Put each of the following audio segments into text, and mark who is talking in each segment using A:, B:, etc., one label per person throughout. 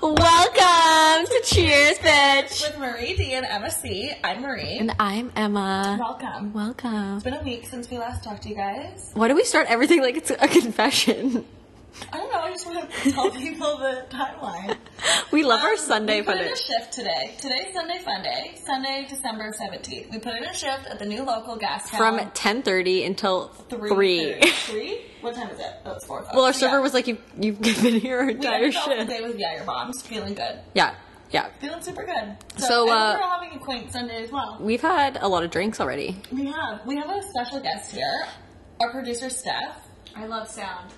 A: Welcome to Cheers, bitch.
B: with Marie D and Emma C. I'm Marie.
A: And I'm Emma.
B: Welcome.
A: Welcome.
B: It's been a week since we last talked to you guys.
A: Why do we start everything like it's a confession?
B: I don't know. I just want to tell people the timeline.
A: We love our
B: Um,
A: Sunday
B: we put in a
A: footage.
B: shift today. Today's Sunday fun day. Sunday, December 17th. We put in a shift at the new local gas
A: From
B: town
A: 10:30 until 3.
B: three. Three? What time is it? Oh, it's four.
A: well, our server was like, "You you've given here our
B: We
A: entire
B: ended off the
A: shift."
B: day with Jager bombs. Feeling good.
A: Yeah, yeah.
B: Feeling super good.
A: So,
B: and
A: uh,
B: we're all having a quaint Sunday as well.
A: We've had a lot of drinks already.
B: We have we have a special guest here. Our producer Steph.
C: I love sound.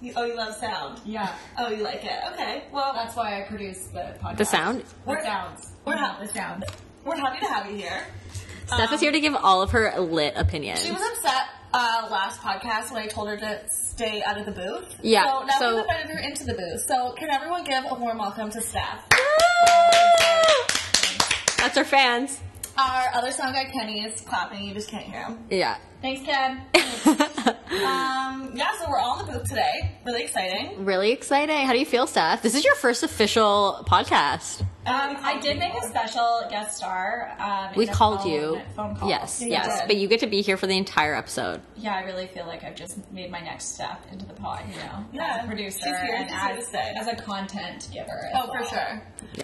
B: You, oh, you love sound.
C: Yeah,
B: Oh, you like it? Okay. Well,
C: that's why I produce the podcast.
A: The sound.
C: The sounds.
B: We're not-
C: the sounds.
B: we're happy to have you here. Um,
A: Steph is here to give all of her lit opinions.
B: She was upset uh, last podcast when I told her to stay out of the booth.
A: Yeah,
B: So now
A: so-
B: we've invited her into the booth. So can everyone give a warm welcome to Steph?
A: That's our fans.
B: Our other sound guy Kenny is clapping. You just can't hear him.
A: Yeah.
B: Thanks, Ken. um, yeah, so we're all in the booth today. Really exciting.
A: Really exciting. How do you feel, Steph? This is your first official podcast.
B: Um, I did make a special guest star. Um,
A: We
B: in a
A: called
B: phone-
A: you.
B: Phone call.
A: Yes,
B: You
A: yes.
B: did.
A: But you get to be here for the entire episode.
C: Yeah, I really feel like I've just made my next step into the pod. You know,
B: Yeah,
C: as a producer
B: she's here
C: and
B: just here to
C: as,
B: stay.
C: as a content giver. as
B: Oh, for
C: well.
B: sure.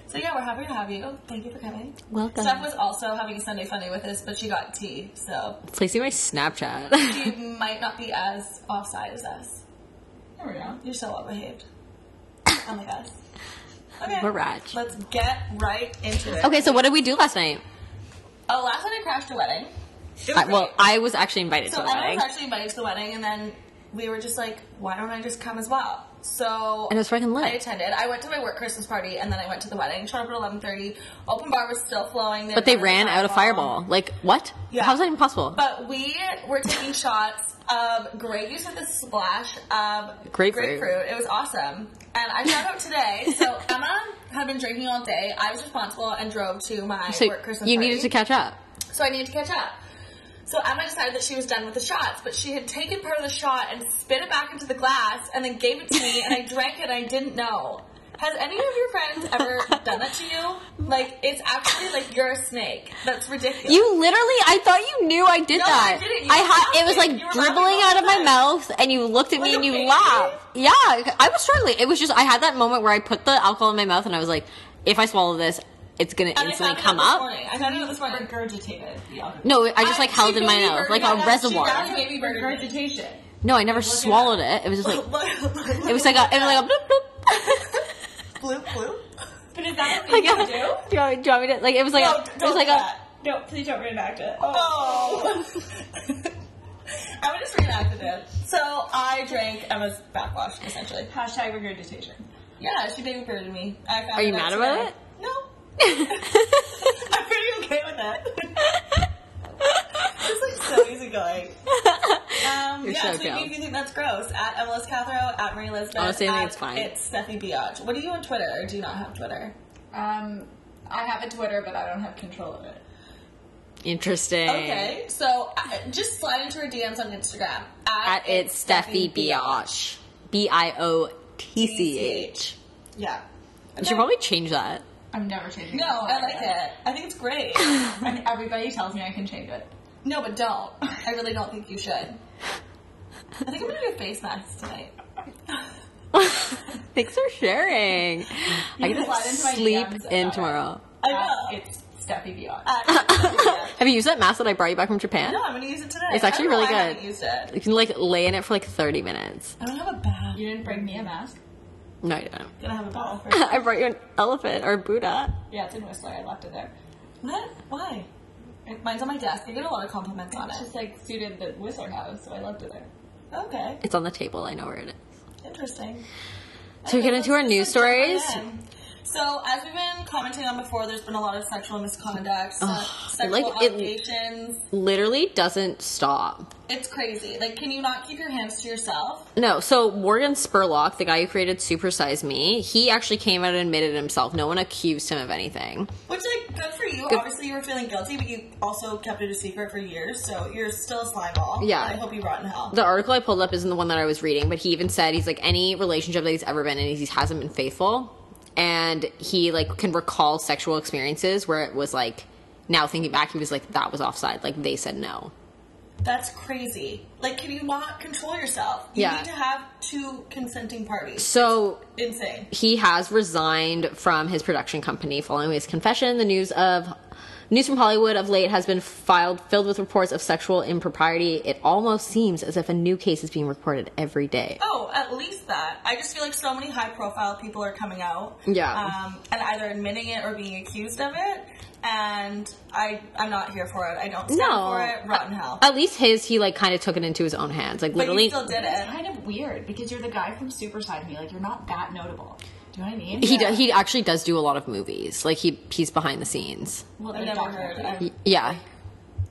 B: So yeah, we're happy to have you. Thank you for coming.
A: Welcome.
B: Steph was also having a Sunday funny with us, but she got tea, so
A: Please see my Snapchat.
B: she might not be as offside as us.
C: There we go.
B: You're so well behaved. Unlike us. Oh Okay.
A: Barrage.
B: Let's get right into it.
A: okay, so what did we do last night?
B: Oh, last night I crashed a wedding. It was
A: I, well,
B: great.
A: I was actually invited
B: so
A: to the
B: I
A: wedding.
B: was actually invited to the wedding, and then we were just like, why don't I just come as well? So
A: And it was freaking
B: I
A: lit.
B: attended. I went to my work Christmas party, and then I went to the wedding. Showed up at eleven thirty. Open bar was still flowing. There
A: But they
B: was a
A: ran out of fireball. Like, what?
B: Yeah.
A: How's that even possible?
B: But we were taking shots of great use of the splash of
A: Grapefruit.
B: It was awesome. And I found out today. So Emma had been drinking all day. I was responsible and drove to my
A: so
B: work Christmas
A: you
B: party.
A: needed to catch up.
B: So I needed to catch up. So Emma decided that she was done with the shots, but she had taken part of the shot and spit it back into the glass and then gave it to me and I drank it and I didn't know. Has any of your friends ever done that to you? Like, it's actually like you're a snake. That's ridiculous.
A: You literally, I thought you knew I did
B: No, I
A: that.
B: didn't. You
A: I had,
B: laughed.
A: it was
B: You
A: like
B: were
A: dribbling
B: laughing
A: out of
B: all
A: my
B: the
A: mouth, and you looked at
B: Like
A: me
B: a
A: and you
B: baby?
A: laughed. Yeah, I was struggling. It was just, I had that moment where I put the alcohol in my mouth, and I was like, if I swallow this, it's gonna
B: And I
A: instantly
B: found it
A: come
B: out this
A: up.
B: Morning. I found it out this morning.
C: Regurgitated. Yeah.
A: No, I just like held in my nose, like a reservoir.
B: That's baby burger.
C: Regurgitation.
A: No, I
B: Oh
A: never swallowed it. It was just like it was like a it was like a bloop bloop.
B: bloop bloop.
C: But is that what
A: like
C: you
A: a,
C: do?
A: do, you want, me- do you want me to like it was like
B: No,
A: a, it
B: don't
A: was like a
B: that.
C: No, please don't reenact it.
B: Oh. I would just reenacted it. So I drank Emma's backwash essentially.
C: Hashtag regurgitation.
B: Yeah, she baby birded me. I found
A: Are you
B: it out
A: mad about
B: today.
A: it?
B: No. I'm pretty okay with it. It's like so easygoing. Um,
A: You're
B: yeah,
A: so
B: so
A: dumb.
B: if you think that's gross, at Emma Liz Cathro, at Marie Elizabeth,
A: Honestly, I think
B: at
A: it's fine.
B: It's Steffi Biatch. What are you on Twitter or do you not have Twitter?
C: Um, I have a Twitter, but I don't have control of it.
A: interesting.
B: Okay, so uh, just slide into her DMs on Instagram
A: At it's Steffi Bioch. B I O T C H.
B: Yeah.
A: You should probably change that.
C: I'm never changing.
B: No, I like it. I think it's great.
C: And everybody tells me I can change it.
B: no, but don't. I really don't think you should. I think I'm gonna do a face mask tonight.
A: Thanks for sharing. I
C: can
A: gotta
C: slide into my
A: sleep
C: DMs about
A: in
C: it.
A: tomorrow.
B: I
C: Uh,
B: will.
C: it's Steffi Beyond.
B: Uh,
A: Have you used that mask that I brought you back from Japan?
B: no, I'm gonna use it today.
A: It's actually
B: I don't
A: really
B: know why I
A: good.
B: haven't used it.
A: You can like lay in it for like 30 minutes.
B: I don't have a bath.
C: you didn't bring me a mask.
A: No, I don't.
B: I'm gonna have a bath. first.
A: I brought you an elephant or a Buddha.
C: Yeah, it's in Whistler. I left it there.
B: what? Why? Mine's on my desk. I get a lot of compliments on
C: It's just
B: it.
C: like suited the Whistler house, so I left it there.
B: Okay,
A: It's on the table. I know where it is.
B: interesting.
A: So we get into our news stories.
B: So, as we've been commenting on before, there's been a lot of sexual misconduct,
A: Ugh,
B: sexual
A: like, it-
B: allegations.
A: Literally doesn't stop.
B: It's crazy. Like, can you not keep your hands to yourself?
A: No, so Morgan Spurlock, the guy who created Super Size Me, he actually came out and admitted himself. No one accused him of anything.
B: Which, like, good for you.
A: Good-
B: Obviously, you were feeling guilty, but you also kept it a secret for years, so you're still a slime ball.
A: Yeah.
B: I hope you rot in hell.
A: The article I pulled up isn't the one that I was reading, but he even said he's like any relationship that he's ever been in, he hasn't been faithful. and he like can recall sexual experiences where it was like now thinking back he was like that was offside like they said no
B: That's crazy. Like, can you not control yourself? You
A: Yeah.
B: need to have two consenting parties.
A: so
B: Insane.
A: he has resigned from his production company following his confession. The news of news from Hollywood of late has been filed filled with reports of sexual impropriety. It almost seems as if a new case is being reported every day.
B: Oh, at least that. I just feel like so many high profile people are coming out.
A: Yeah.
B: Um, and either admitting it or being accused of it. And I, I'm not here for it. I don't stand
A: No,
B: for it. Rotten hell.
A: At least his he like kind of took it into his own hands. Like
B: but
A: literally,
B: you still did
C: It's
B: it.
C: kind of weird because you're the guy from Super Size Me. Like you're not that notable. Do you know what I mean?
A: he do, he actually does do a lot of movies. Like he he's behind the scenes.
C: Well,
B: I
C: they're
B: never heard.
C: documented.
B: I,
A: Y- Yeah,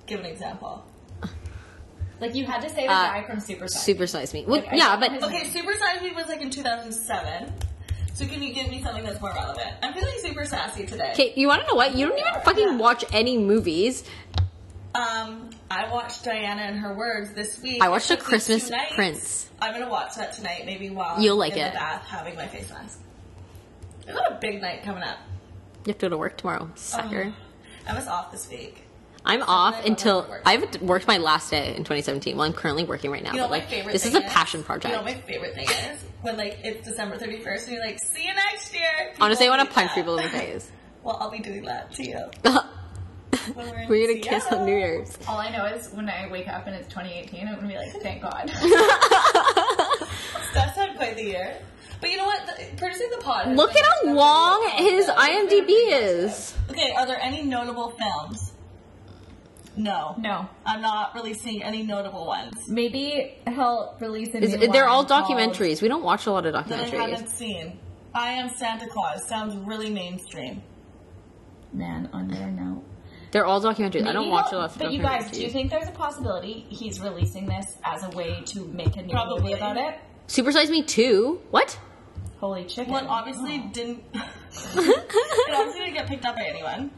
B: give an example.
C: Like you had to say the
A: Uh,
C: guy from Super Size. Me.
A: supersize me. Well,
C: Like, I
A: yeah,
C: saw
A: but
C: his-
B: Okay, Super Size Me was like in 2007. So can you give me something that's more relevant? I'm feeling super sassy today.
A: okay, you want to know what? You don't even fucking watch any movies.
B: Um, I watched Diana and Her Words this week.
A: I watched
B: It
A: A
B: took me
A: Christmas
B: two nights.
A: Prince.
B: I'm gonna watch that tonight, maybe while
A: You'll like
B: in
A: it.
B: The bath, having my face mask. I got a big night coming up.
A: You have to go to work tomorrow, sucker.
B: Um, I was off this week.
A: I'm off
B: love
A: until
B: work.
A: I haven't worked my last day in 2017. Well, I'm currently working right now,
B: You know
A: but
B: what
A: like
B: my favorite.
A: this is a
B: thing
A: passion project.
B: You know what my favorite thing is when like it's December 31st and you're like, see you next year. People
A: Honestly, I want
B: do
A: to punch
B: that.
A: people in the face.
B: well, I'll be doing that to you. When we're, in
A: We're gonna kiss on
B: Seattle.
A: New Year's.
C: All I know is when I wake up and it's 2018, I'm gonna be like, thank God.
B: That's not quite the year. But you know what? The, producing the pod. has
A: Look
B: been-
A: at how long his IMDb is.
B: Okay, are there any notable films? No.
C: no.
B: I'm not really seeing any notable ones
C: Maybe he'll release a
A: Is-
C: new
A: They're
C: one
A: all
C: called-
A: documentaries. We don't watch a lot of
B: that I
A: documentaries.
B: haven't seen. I am Santa Claus sounds really mainstream.
C: Man, on there now.
A: They're all documentaries. I don't
C: Maybe
A: watch a
C: he'll-
A: lot of
C: But you guys, do you
A: documentaries.
C: think there's a possibility he's releasing this as a way to make a new
B: Probably.
C: movie about it?
A: Supersize Me too. What?
C: Holy chicken!
B: Well, it obviously didn't. it obviously didn't get picked up by anyone.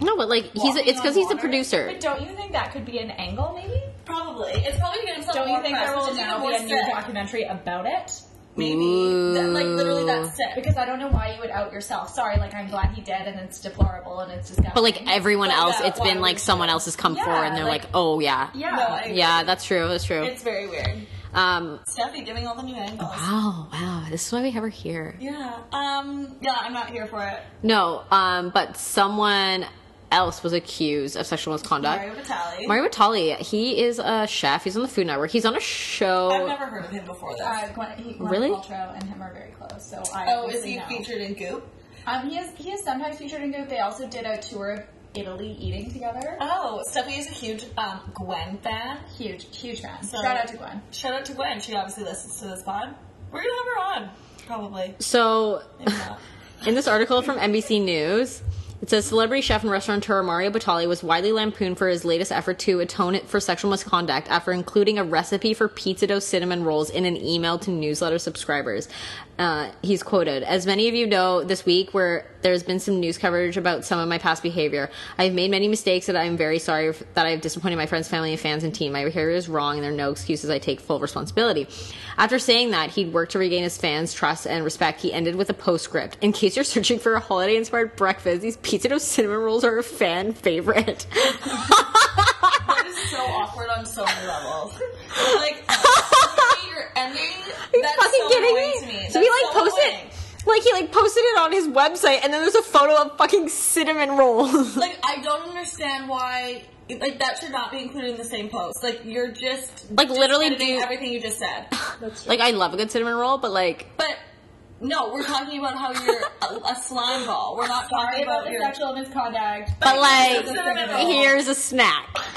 A: No, but like he's
B: Walking
A: it's because
B: on
A: he's a
B: Water?
A: producer.
C: But don't you think that could be an angle, maybe?
B: Probably. It's probably going to
C: Don't you think there will now be a new
B: documentary?
C: documentary about it?
B: Maybe. That, like literally that's sick.
C: Because I don't know why you would out yourself. Sorry, like I'm glad he did, and it's deplorable and it's disgusting.
A: But like everyone
B: But
A: else,
B: that
A: it's been
B: one
A: like
B: was
A: someone
B: good.
A: else has come
C: Yeah,
A: forward and they're
C: like-
A: like, oh yeah,
C: yeah,
B: No, I-
A: yeah, that's true, that's true.
B: It's very weird.
A: Um,
B: Steffi giving all the new angles.
A: Oh wow, this is why we have her here.
B: Yeah. Um. Yeah. I'm not here for it.
A: No, um, but someone else was accused of sexual misconduct.
B: Mario Batali.
A: Mario Batali, he is a chef. He's on the Food Network. He's on a show.
B: I've never heard of him before. This.
C: uh, Gwen, he, Gwyneth
A: Really?
C: Paltrow and him are very close. So I
B: oh, is
C: obviously
B: he
C: know.
B: featured in Goop?
C: Um, he is. He is sometimes featured in Goop. They also did a tour of Italy eating together.
B: Oh, Steffi is a huge um, Gwen fan.
C: Huge, huge fan.
B: So-
C: Shout out to Gwen.
B: Shout out to Gwen. She obviously listens to this pod. We're gonna have her on, probably.
A: So,
B: Maybe not.
A: in this article from NBC News, it says celebrity chef and restaurateur Mario Batali was widely lampooned for his latest effort to atone it for sexual misconduct after including a recipe for pizza dough cinnamon rolls in an email to newsletter subscribers. Uh, he's quoted, "As many of you know, this week where there's been some news coverage about some of my past behavior, I've made many mistakes that I'm very sorry f- that I've disappointed my friends, family, and fans and team. My behavior is wrong, and there are no excuses. I take full responsibility." After saying that, he'd worked to regain his fans' trust and respect. He ended with a postscript. In case you're searching for a holiday inspired breakfast, these pizza dough cinnamon rolls are a fan favorite.
B: That is so awkward on so many levels. Like, literally, you're ending.
A: Are you
B: that's
A: fucking
B: so
A: kidding me?
B: annoying To me.
A: So he
B: That's
A: like
B: so
A: posted
B: annoying.
A: like he like posted it on his website and then there's a photo of fucking cinnamon rolls.
B: Like, I don't understand why. Like, that should not be included in the same post. Like, you're just
A: Like, literally
B: discrediting
A: do-
B: everything you just said.
A: like I love a good cinnamon roll, but like
B: But no, we're talking about how you're a, a slime ball. We're not talking
C: Sorry about
B: about
C: the
B: your.
C: sexual misconduct.
A: but like
B: Here's a cinnamon roll.
A: here's a snack.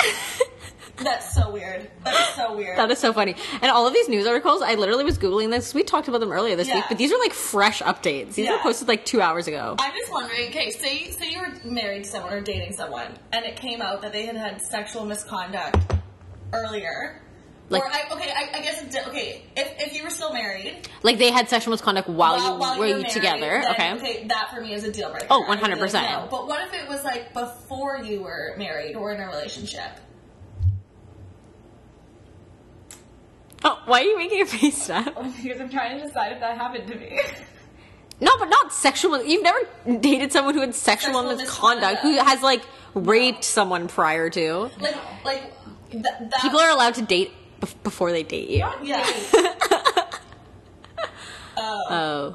B: That's so weird. That is so weird.
A: That is so funny. And all of these news articles, I literally was Googling this. We talked about them earlier this
B: Yeah.
A: week, but these are like fresh updates. These were
B: Yeah.
A: posted like two hours ago.
B: I'm just wondering. Okay, say say you were married to someone or dating someone, and it came out that they had had sexual misconduct earlier.
A: Like-
B: or I, okay, I, I guess it di- okay. If, if you were still married,
A: Like they had sexual misconduct while,
B: while,
A: Oh, you
B: while
A: were
B: you were
A: you
B: married,
A: together.
B: then,
A: okay.
B: okay, that for me is a deal breaker.
A: Oh,
B: I would be like,
A: 100%.
B: no. But what if it was like before you were married or in a relationship?
A: Oh, why are you making a face, Steph? Oh
C: Because I'm trying to decide if that happened to me.
A: No, but not sexual. You've never dated someone who had sexual,
B: Sexual
A: misconduct, who
B: misconduct.
A: has like raped someone prior to.
B: Like, like th- that.
A: People are allowed to date bef- before they date you.
B: Yeah.
A: Oh.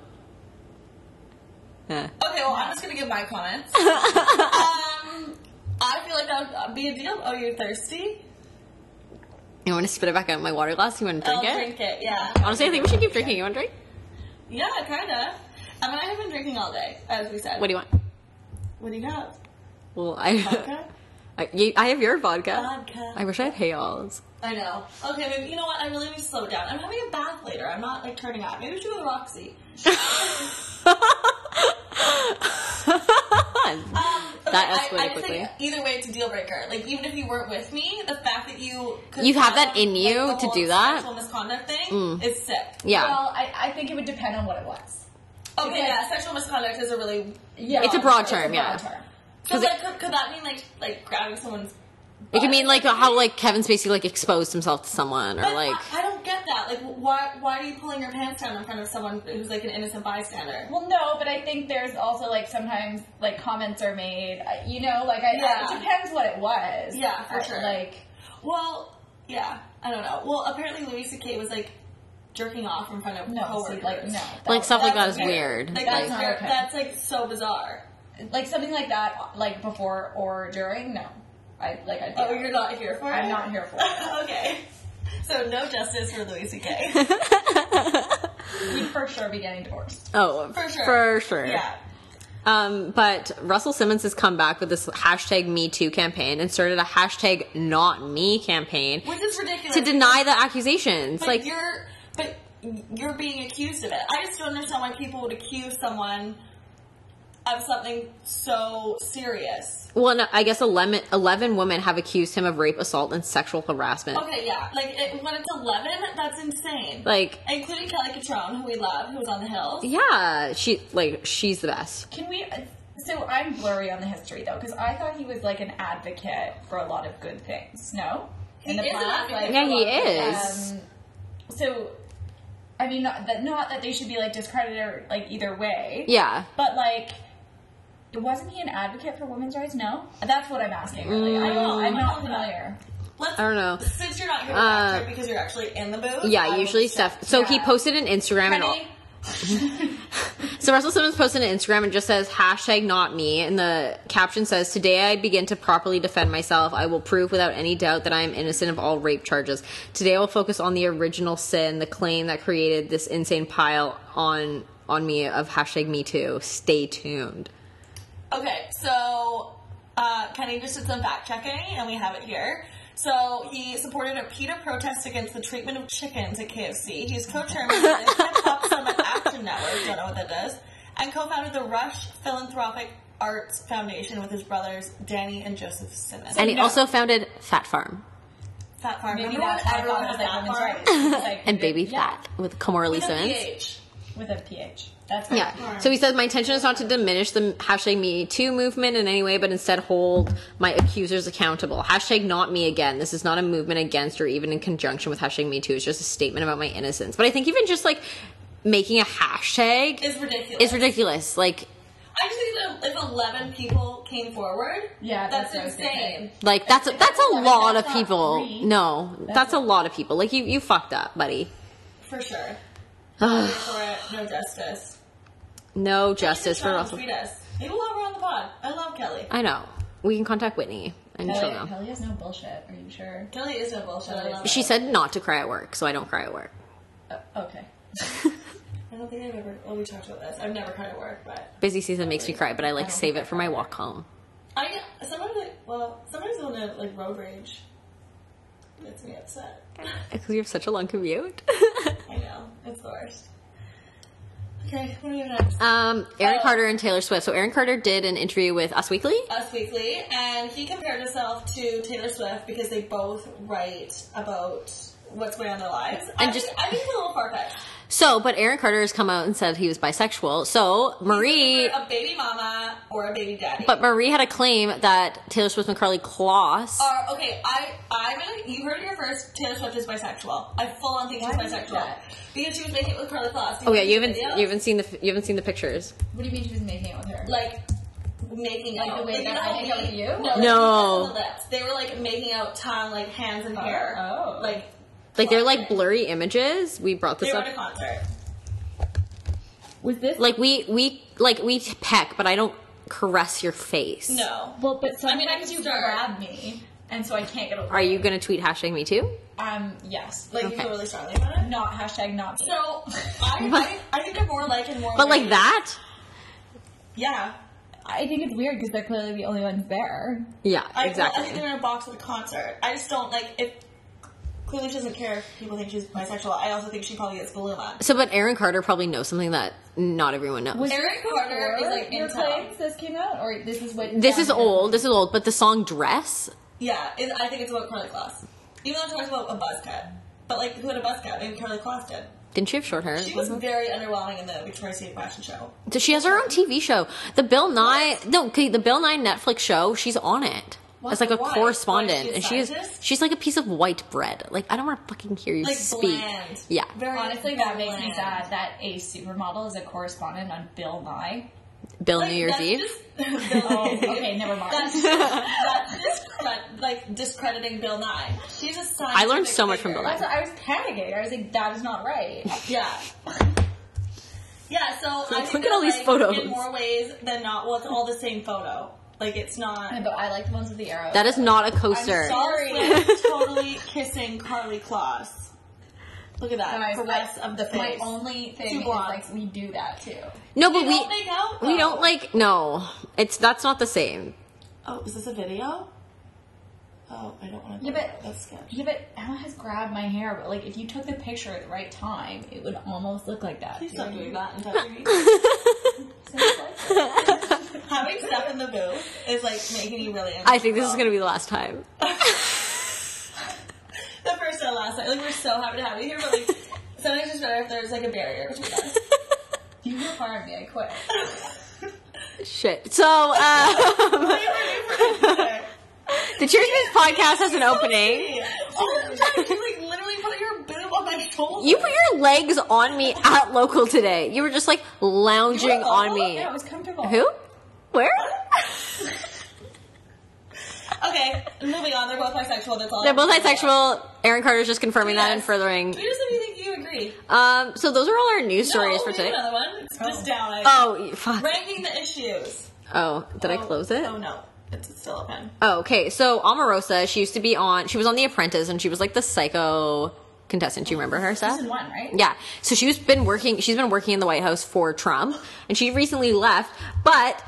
A: Uh,
B: Okay, well, I'm just gonna give my comments. um, I feel like that would be a deal. Oh, you're thirsty?
A: you want to spit it back out in my water glass? You want to drink
B: I'll
A: it?
B: drink it. Yeah.
A: Honestly, I think we should keep drinking. You want to drink?
B: Yeah, kinda. I mean, I have been drinking all day, as we said.
A: What Uh, do you want?
B: What do you got?
A: Well, I,
B: Vodka?
A: I, you- I have your vodka.
B: Vodka.
A: I wish I had Hales.
B: I know. Okay, maybe, you know what? I really need to slow it down. I'm having a bath later. I'm not like turning out. Maybe we should go to Roxy. Um, okay,
A: That escalated
B: I- I, just think
A: quickly.
B: either way, it's a deal breaker. Like even if you weren't with me, the fact that you could
A: You have that
B: have,
A: in you
B: like, the
A: to
B: whole
A: do that? Mm.
B: sexual misconduct thing is sick.
A: yeah.
C: Well, I, I think it would depend on what it was.
B: Okay, yeah. Sexual misconduct is a really
C: Yeah,
A: It's a broad
C: a
A: term, yeah.
C: term.
B: so
A: 'Cause
B: like could, could that mean like like grabbing someone's
A: it could mean like how like Kevin Spacey like exposed himself to someone or
B: But
A: like
B: I, I don't get that. Like why why are you pulling your pants down in front of someone who's like an innocent bystander?
C: Well, no, but I think there's also like sometimes like comments are made. uh, You know, like I,
B: Yeah.
C: it depends what it was.
B: Yeah, for
C: Uh,
B: sure.
C: Like
B: Well, yeah, I don't know. Well, apparently Louisa K was like jerking off in front of
C: no,
B: coworkers.
C: see, like no,
A: like stuff like that
B: That's
A: is weird.
B: Like,
C: That's
B: that's,
C: not
B: ter-
C: okay.
B: that's like so bizarre.
C: like something like that, like before or during. No, I like I.
B: Oh, you're not here for it.
C: I'm not here for it.
B: okay. So no justice for Louisa K.
C: We'd for sure be getting divorced.
A: oh,
B: For sure.
A: For sure.
B: yeah.
A: Um, but Russell Simmons has come back with this hashtag Me Too campaign and started a hashtag Not Me campaign
B: Which is ridiculous.
A: to deny the accusations.
B: but
A: like
B: you're but you're being accused of it. I just don't understand why people would accuse someone of something so serious.
A: Well, no, I guess 11, 11 women have accused him of rape, assault, and sexual harassment.
B: Okay, yeah. Like it, when it's eleven, that's insane.
A: Like,
B: including Kelly Catrone, who we love, who was on the Hills.
A: yeah, she like she's the best.
C: Can we? uh, So I'm blurry on the history though, because I thought he was like an advocate for a lot of good things. No,
B: He is an advocate.
A: Yeah, he is.
C: Um, so, I mean, not that not that they should be like discredited or like either way.
A: yeah,
C: But like, wasn't he an advocate for women's rights? No, that's what I'm asking. Really, I don't know. I'm not familiar.
B: Let's,
A: I don't know.
B: Since you're not here
A: Uh,
B: because you're actually in the booth. I
A: yeah.
B: will
A: Usually
B: check.
A: stuff. So he
C: Yeah.
A: posted an Instagram and all.
C: Penny,
A: So Russell Simmons posted an Instagram and just says hashtag Not Me, and the caption says, "Today I begin to properly defend myself. I will prove without any doubt that I am innocent of all rape charges. Today I will focus on the original sin, the claim that created this insane pile on on me of hashtag Me Too. Stay tuned."
B: Okay, so uh, Kenny just did some fact checking, and we have it here. So he supported a PETA protest against the treatment of chickens at KFC. He's co-chairman of the Hip Hop Summit Action Network. Don't know what that is. And co-founded the Rush Philanthropic Arts Foundation with his brothers Danny and uh, Joseph Simmons.
A: And he
C: No.
A: also founded Fat Farm
B: Fat Farm.
C: Maybe
B: Remember when
C: that's how I
B: everyone
C: thought it was
B: was
C: like
B: Fat Farm?
C: women's rights. It's like-
A: and Baby
C: yeah,
A: Fat with Kamora Lee
B: With a
A: Simmons.
B: PH.
C: with a ph. That's
A: Yeah.
C: right.
A: So he says, My intention is not to diminish the hashtag me too movement in any way, but instead hold my accusers accountable. Hashtag not me again. This is not a movement against or even in conjunction with hashtag me too. It's just a statement about my innocence. But I think even just like making a hashtag
B: It's ridiculous.
A: is ridiculous. Like,
B: I just think that if 11 people came forward,
C: Yeah,
B: that's,
C: that's what I was
B: insane.
C: thinking.
A: like that's a, that's a
C: I mean,
A: lot
C: that's
A: of
C: not
A: people.
C: three.
A: No, that's a lot of people. Like you, you fucked up, buddy.
B: For sure. Sorry for it. No justice.
A: No justice for
B: Sean,
A: Russell.
B: Tweet us. Maybe we'll have her on the pod. I love Kelly.
A: I know. We can contact Whitney and
B: Oh,
A: she'll
C: Kelly,
A: know.
C: Kelly has no bullshit. Are you sure?
B: Kelly is no bullshit. I love
A: She
B: her.
A: said not to cry at work, so I don't cry at work.
C: Uh, okay.
B: I don't think I've ever. Well, we talked about this. I've never tried to work, but
A: Busy season makes me cry, but I like save it for my walk home.
B: I get- sometimes like well sometimes on the like road rage gets me upset.
A: Because you have such a long commute.
B: I know it's the worst. Okay, what do we have next?
A: um, Aaron Carter and Taylor Swift. So Aaron Carter did an interview with Us Weekly.
B: Us Weekly, and he compared himself to Taylor Swift because they both write about what's going on in their lives. I
A: And just-
B: think, I think it's a little far fetched.
A: So, but Aaron Carter has come out and said he was bisexual. So Marie,
B: a baby mama or a baby daddy.
A: but Marie had a claim that Taylor Swift and Carly Kloss.
B: Or, okay, I, I'm gonna, you heard it here first, Taylor Swift is bisexual. I full on think she's
C: Why do you think
B: bisexual.
C: that?
B: Because she was making it with Carly Kloss. Did
A: Oh yeah, you
B: see the
A: haven't
B: video?
A: you haven't seen the you haven't seen the pictures.
C: What do you mean she was making it with her?
B: Like, making
C: Like
B: out.
C: the way that
B: you know,
C: I think of
B: making-
C: you?
B: No.
A: No.
B: like, because of the lips. They were like making out tongue, like hands and hair.
C: oh.
B: Like,
A: Like they're like blurry images. We brought
B: they
A: this
B: were
A: up.
B: at a concert.
C: was this
A: Like we we like we peck, but I don't caress your face.
B: No.
C: Well, but
B: I mean, I
C: sometimes
B: can
C: you
B: start.
C: grab me, and so I can't get over.
A: Are
C: it.
A: you gonna tweet hashtag me too?
C: Um, yes,
B: Like,
C: like
A: Okay.
B: you feel really strongly about it.
C: not hashtag not me.
B: So, I, I, I think they're more like and more
A: But like
B: weird.
A: that?
B: Yeah.
C: I think it's weird because they're clearly the only ones there.
A: Yeah,
B: I,
A: exactly.
B: I think they're in a box at a concert. I just don't like if clearly she doesn't care if people think she's bisexual. I also think she probably gets Baluma.
A: so, but Aaron Carter probably knows something that not everyone knows.
C: Was
B: Eric
C: this
B: Carter
C: before
B: is, like,
C: your
B: intel.
C: claims this came out, or this is what?
A: this is
C: Yeah.
A: old. This is old. But the song "Dress,"
B: Yeah, it, I think it's about Carly Kloss. Even though it talks about a buzz cut, but like who had a buzz cut? Maybe Carly Kloss did.
A: didn't she have short hair?
B: She was very underwhelming in the Victoria's Secret fashion show.
A: So She has her own TV show. The Bill Nye, no, okay, the Bill Nye Netflix show. She's on it.
B: What?
A: As like a
B: Why?
A: correspondent,
B: Why,
A: and
B: she's
A: she is
B: scientist?
A: she's like a piece of white bread. Like I don't want to fucking hear you
B: Like
A: speak.
B: bland.
A: Yeah,
B: Very
C: Honestly, that makes me
B: bland.
C: sad that a supermodel is a correspondent on Bill Nye.
A: Bill
B: Like,
A: New Year's
B: that's
A: Eve.
B: just- Bill-
C: Oh, okay, never mind.
B: That's, that's discre- like discrediting Bill Nye. She's a scientific
A: I learned so much from
B: figure.
A: Bill Nye.
C: That's what I was panicking. I was like, that is not right.
B: Yeah. Yeah, so I think
A: Look at
B: they're,
A: all these
B: like,
A: photos.
B: In more ways than not, well, it's all the same photo. Like it's not.
C: but I like the ones with the arrows.
A: That is not a coaster.
B: Sorry, Swift totally kissing Carly Kloss. Look at that
C: Guys,
B: caress of the
C: my
B: face.
C: only
B: Two
C: thing. Is,
B: blondes.
C: like we do that too.
A: No, but
B: They
A: we
B: don't make Oh. out,
A: we
B: though.
A: don't like no. It's that's not the same.
B: Oh, is this a video? Oh, I don't want to.
C: Yeah, but
B: that's sketch.
C: Yeah, but Emma has grabbed my hair. But like, if you took the picture at the right time, it would almost look like that.
B: Please
C: to
B: stop
C: me.
B: doing that and touching me. Having stuff in the booth is like making you really.
A: I think this is
B: uncomfortable.
A: gonna be the last time.
B: the first and last night. Like we're so happy to have you here, but like sometimes it's better if there's like a barrier between us.
C: You were far me. I quit.
A: Shit. So uh, the Cheers Biz podcast has an opening.
B: All the time you like literally put your boob on my shoulder.
A: You put your legs on me at local today. You were just like lounging
B: You were
A: on
B: local?
A: me.
C: Yeah, it was comfortable.
A: Who? Where?
B: okay, moving on. They're both bisexual. They're called.
A: They're both bisexual. Aaron Carter's just confirming that and
B: Yes.
A: furthering.
B: Do you just if you think you agree?
A: Um, so those are all our news stories
B: no,
A: for
B: we
A: today.
B: do Another one. It's just down. I-
A: Oh fuck.
B: Ranking the issues.
A: Oh, did I
B: Oh,
A: close it?
B: Oh no, it's still open.
A: Oh, okay. So Omarosa, she used to be on. She was on The Apprentice, and she was like the psycho contestant. Do you remember her, Seth?
C: Season one, right?
A: Yeah. So she's been working. She's been working in the White House for Trump, and she recently left. But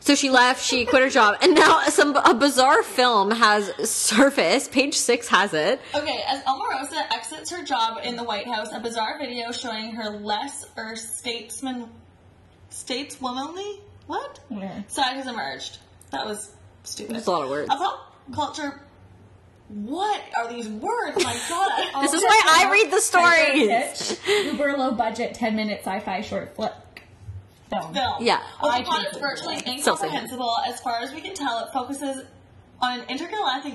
A: so she left. She quit her job, and now some a bizarre film has surfaced. Page six has it.
B: Okay, as Omarosa exits her job in the White House, a bizarre video showing her less or statesman, stateswomanly, what
C: Yeah.
B: side has emerged. That was stupid.
A: That's a lot of words.
B: A pop culture. What are these words? My God!
A: This is why I read the stories.
C: Pitch, Uber low budget, ten minute sci-fi short flick film.
B: film.
A: Yeah.
B: Well,
C: I
B: the plot
C: think
B: is
C: it
B: virtually
C: was.
A: So same.
B: incomprehensible. As far as we can tell, it focuses on an intergalactic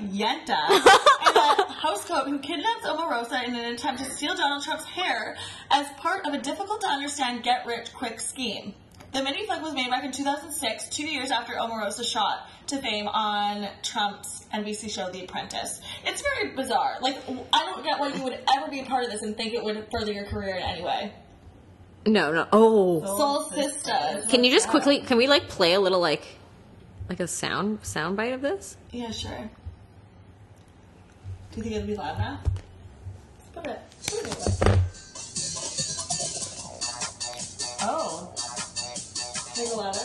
B: yenta and a housecoat who kidnaps Omarosa in an attempt to steal Donald Trump's hair as part of a difficult to understand get rich quick scheme. The mini flick was made back in 2006, two years after Omarosa shot to fame on Trump's NBC show The Apprentice. It's very bizarre. Like, I don't get why you would ever be a part of this and think it would further your career in any way.
A: No, no. Oh,
B: Soul Sisters.
A: can you just quickly? Can we like play a little like, like a sound sound bite of this?
B: Yeah, sure. Do you think it'll be loud enough? Let's put it. put it in there.
C: Oh,
B: Make it louder.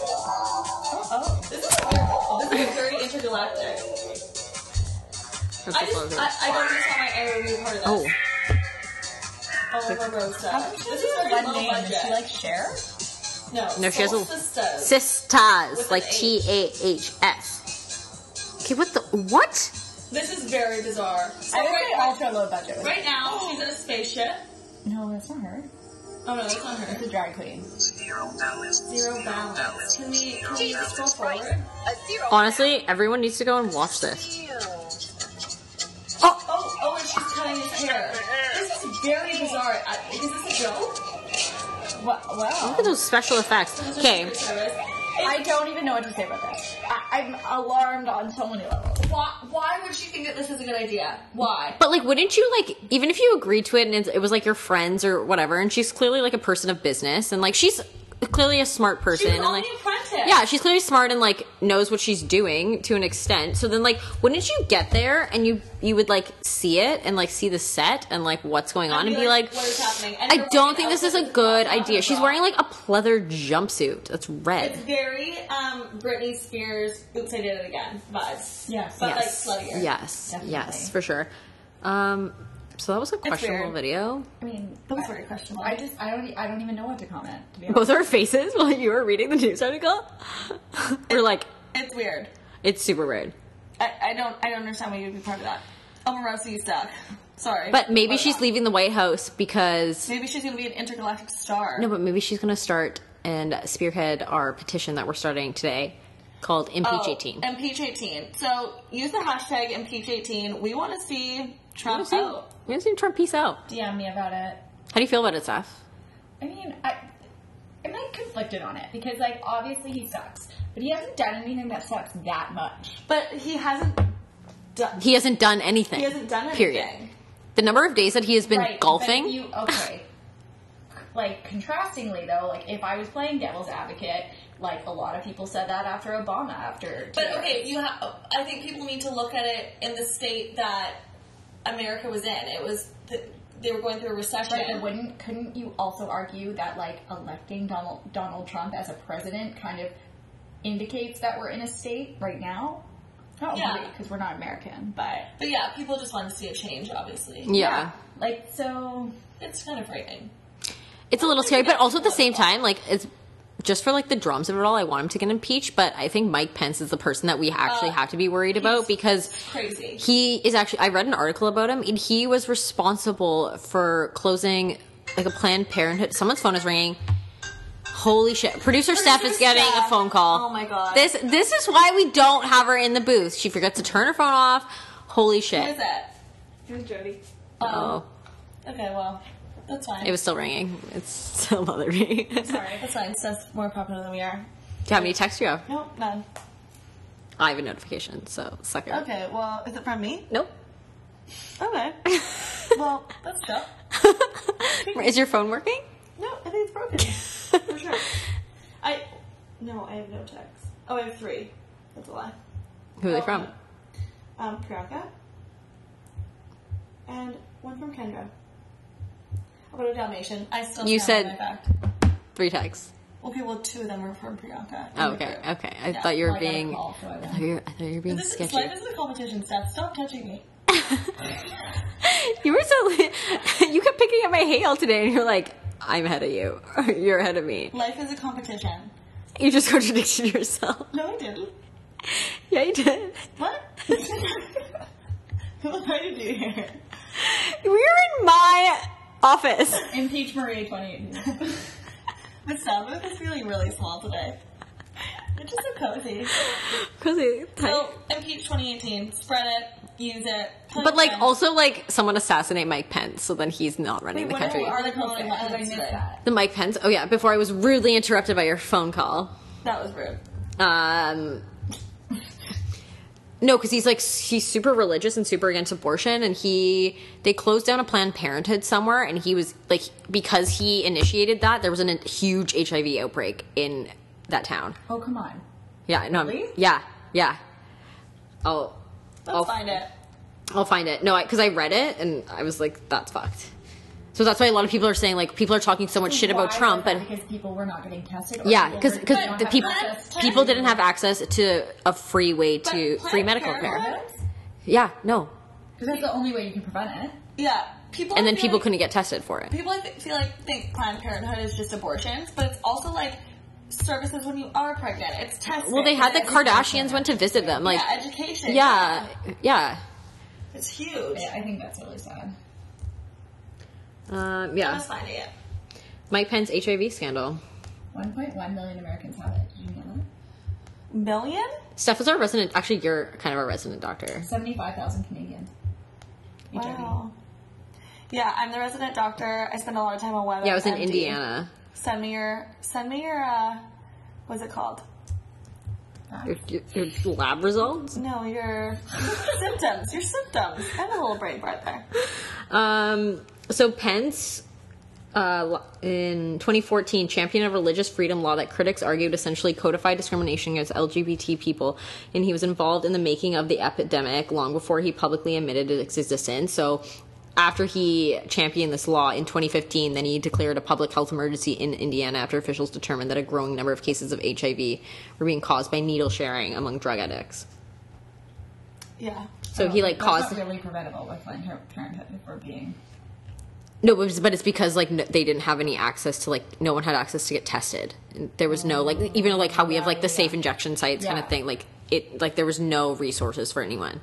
C: oh, oh.
B: This is weird. This is very intergalactic. I just, I, I don't just want my air to be a part of this.
A: oh.
B: Oh, Rosa.
C: This
B: This
C: is
B: is
C: her
B: very
C: one
B: low
C: name. Does
B: budget.
C: she like share?
B: no,
A: No, she has
B: Soul
A: a-
B: Sisters.
A: Sisters,
B: With
A: like
B: an
A: T
B: H.
A: A H S. Okay, what the what?
B: This is very bizarre. So
C: I would
B: right,
C: say ultra low budget.
B: right now, she's in a spaceship
C: No, that's not her.
B: Oh no, that's not her.
C: It's a drag queen.
D: Zero balance.
B: Zero balance. Can we can we just go forward?
D: A zero
A: Honestly, everyone needs to go and watch this.
D: balance.
B: Oh, oh, and she's cutting his hair. This is very bizarre. Uh, is this a joke?
C: Wow. wow.
A: Look at those special effects. Okay,
C: I don't even know what to say about that. I, I'm alarmed on so many levels.
B: Why, why would she think that this is a good idea? Why?
A: but like, wouldn't you like even if you agreed to it and it's, it was like your friends or whatever? And she's clearly like a person of business and like she's clearly a smart person
B: She's
A: and
B: on
A: like.
B: the apprentice.
A: Yeah, she's clearly smart and like knows what she's doing to an extent. So then like wouldn't you get there and you you would like see it and like see the set and like what's going on and be like,
B: what is happening? And
A: I
B: you're "Oh,
A: don't
B: wearing
A: think this
B: an
A: is a
B: outfit
A: good
B: that's not
A: idea. She's
B: bra.
A: wearing like a pleather jumpsuit. That's
B: It's
A: red.
B: oh." very um, Britney Spears. Oops, I did it again. Vibes.
C: Yes.
B: but
A: Yes.
B: like sluttier.
A: Yes.
C: Definitely.
A: Yes, for sure. Um so that was a questionable
B: weird.
A: video.
C: I mean,
B: Those were your questions.
C: I just, I don't, e- I don't even know what to comment. To be honest.
A: Both our faces while you were reading the news article. we're like,
B: It's weird.
A: it's super weird.
B: I, I don't I don't understand why you'd be part of that. Omarosa, you suck. Sorry.
A: But maybe
B: Why
A: she's
B: not?
A: leaving the White House because
B: Maybe she's gonna be an intergalactic star.
A: No, but maybe she's going to start and spearhead our petition that we're starting today called
B: Oh,
A: Impeach 18.
B: Impeach 18. So use the hashtag impeach 18. We want to see Trump
A: See-
B: out.
A: Oh. We haven't seen Trump peace out.
C: DM me about it.
A: How do you feel about it, Seth?
C: I mean, I, I'm like conflicted on it because, like, obviously he sucks, but he hasn't done anything that sucks that much.
B: But he hasn't done.
A: He hasn't done anything.
B: He hasn't done anything.
A: Period. The number of days that he has been
C: Right, but
A: golfing.
C: You okay? like contrastingly though, like if I was playing devil's advocate, like a lot of people said that after Obama, after
B: But
C: Taylor.
B: okay, you have. I think people need to look at it in the state that America was in. It was the, they were going through a recession.
C: Right, but wouldn't couldn't you also argue that like electing Donald Donald Trump as a president kind of indicates that we're in a state right now? Not
B: Yeah.
C: because we're not American, but
B: But yeah, people just want to see a change. Obviously,
A: yeah.
C: like so
B: it's kind of frightening.
A: It's a little scary, but also at the same time, like, it's just for like the drums of it all, I want him to get impeached, but I think Mike Pence is the person that we actually have to be worried about because
B: Uh, Crazy.
A: he is actually i read an article about him and he was responsible for closing like a planned parenthood someone's phone is ringing holy shit producer, steph is getting
B: Steph.
A: a phone call
B: Oh my God.
A: this this is why we don't have her in the booth she forgets to turn her phone off holy
B: What is
A: shit
B: that?
A: oh
B: Okay, well, that's fine.
A: it was still ringing it's still bothering me do you
B: Sorry, that's fine. That's more popular than we are.
A: have any texts you have
B: Nope, none.
A: i have a notification so sucker
B: Okay, well, is it from me?
A: nope
B: Okay. well, that's dope.
A: is your phone working
B: No, I think it's broken. For sure. I no, I have no text. Oh, I have three. That's a lie.
A: who are they from
B: Um, Priyanka, and one from Kendra. How about a Dalmatian? I still
A: You said-
B: stand by my fact.
A: three texts
B: okay. Well, two of them were from Priyanka.
A: oh, okay okay i thought you were
C: I got a
A: being
C: call, so I went.
A: I thought you were, I thought you were being
B: This is
A: sketchy.
B: life is a competition, Steph. Stop touching me.
A: You were so you kept picking up my hail today, and you're like, "I'm ahead of you. You're ahead of me."
B: Life is a competition.
A: You just contradicted yourself.
B: No, I didn't.
A: Yeah, you did.
B: What? Who am I to do here?
A: We were in my office.
C: impeach Maria twenty
B: The Sabbath is feeling really small today. Which is so cozy.
A: Cozy.
B: So, impeach 2018. Spread it. Use it. put
A: But
B: it
A: like,
B: in.
A: also like, someone assassinate Mike Pence, so then he's not running the
C: what
A: country.
B: are-
C: are they calling it? I missed that.
A: the Mike Pence. Oh yeah. Before I was rudely interrupted by your phone call.
B: That was rude.
A: Um, no, because he's like he's super religious and super against abortion, and he they closed down a Planned Parenthood somewhere, and he was like because he initiated that there was an, a huge HIV outbreak in that town.
C: Oh come on.
A: Yeah, no, I'm-
B: Really?
A: yeah, yeah. I'll
B: Let's
A: I'll
B: find it.
A: I'll find it. No, because I, read it and I was like, that's fucked. So that's why a lot of people are saying like people are talking so much shit about
C: Why
A: Trump,
C: was
A: but
C: that? because people were not getting tested. or
A: yeah,
C: people
A: because
C: were-
A: because
C: don't
A: the
C: have
A: people
C: access to-
A: people didn't have access to a free way to
B: Planned
A: free medical care.
B: Parenthood?
A: Yeah, no,
C: Because that's the only way you can prevent it.
B: Yeah. People
A: and
B: I
A: then
B: feel
A: people
B: like-
A: couldn't get tested for it.
B: People I th- feel like think Planned Parenthood is just abortions, but it's also like services when you are pregnant. It's testing.
A: Well, they had the
B: it's-
A: Kardashians went to visit them. Like,
B: yeah, education.
A: yeah, yeah.
B: It's huge.
C: I think that's really sad.
A: Um, yeah.
B: Let's find it.
A: Mike Pence HIV scandal.
C: 1.1 million Americans have it. Did you know that?
B: Million?
A: Steph is our resident. Actually, you're kind of our resident doctor.
C: 75,000 Canadians. HIV.
B: Wow. Yeah, I'm the resident doctor. I spend a lot of time on web.
A: Yeah, I was in Indiana.
B: Send me your send me your uh what's it called?
A: Your, your, your lab results.
B: No, your symptoms. Your symptoms. I have a little brain right there.
A: Um, so Pence, uh, in 2014, championed a religious freedom law that critics argued essentially codified discrimination against LGBT people, and he was involved in the making of the epidemic long before he publicly admitted its existence. So. After he championed this law in 2015, then he declared a public health emergency in Indiana after officials determined that a growing number of cases of HIV were being caused by needle sharing among drug addicts.
B: Yeah.
A: So he like
C: That's
A: caused
C: not really preventable with Planned Parenthood if we're being.
A: No, but it's, but it's because like no, they didn't have any access to like no one had access to get tested. And There was no like even like how we have like the safe injection sites kind
C: Yeah.
A: of thing. Like it like there was no resources for anyone.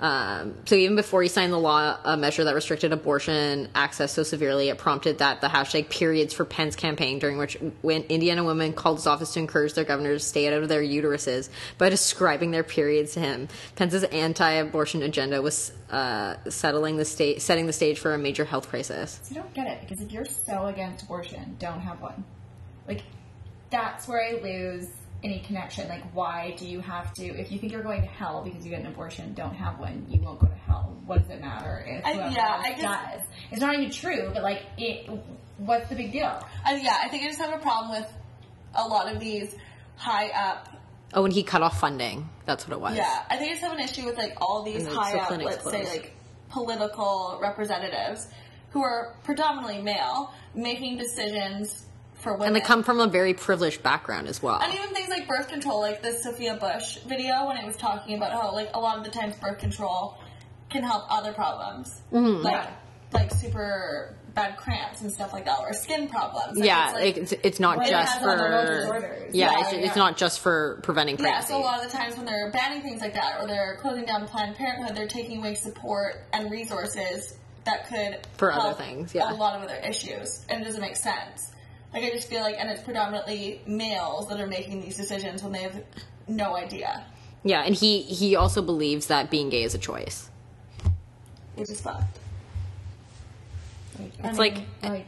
A: Um, so even before he signed the law, a measure that restricted abortion access so severely, it prompted that the hashtag periods for Pence campaign, during which when Indiana women called his office to encourage their governor to stay out of their uteruses by describing their periods to him. Pence's anti-abortion agenda was uh, settling the state, setting the stage for a major health crisis.
C: So I don't get it because if you're so against abortion, don't have one. Like, that's where I lose any connection. Like, why do you have to? If you think you're going to hell because you get an abortion, don't have one. You won't go to hell. What does it matter? If
B: I-
C: whoever
B: yeah, I
C: else
B: just-
C: does. It's not even true, but like, it. What's the big deal?
B: I, yeah, I think I just have a problem with a lot of these high up.
A: Oh, and he cut off funding. That's what it was.
B: Yeah, I think I just have an issue with like all these
A: And it's
B: high
A: the
B: up,
A: clinic's
B: let's say
A: closed.
B: like political representatives who are predominantly male making decisions for women.
A: And they come from a very privileged background as well.
B: And even things like birth control, like the Sophia Bush video when it was talking about how like a lot of the times birth control can help other problems,
A: Mm-hmm.
B: like like super bad cramps and stuff like that, or skin problems. Like,
A: yeah,
B: it's, like-
A: it's, it's not
C: Well, it
A: just
B: has a lot of
A: for
C: disorders.
A: yeah,
B: Yeah,
A: it's, it's
B: yeah.
A: not just for preventing
B: yeah,
A: pregnancy.
B: so uh, a lot of the times when they're banning things like that, or they're closing down Planned Parenthood, they're taking away support and resources that could
A: For other
B: help
A: things, yeah.
B: a lot of other issues, and it doesn't make sense. Like I just feel like, and it's predominantly males that are making these decisions when they have no idea,
A: yeah, and he he also believes that being gay is a choice.
B: which is fucked.
A: It's like,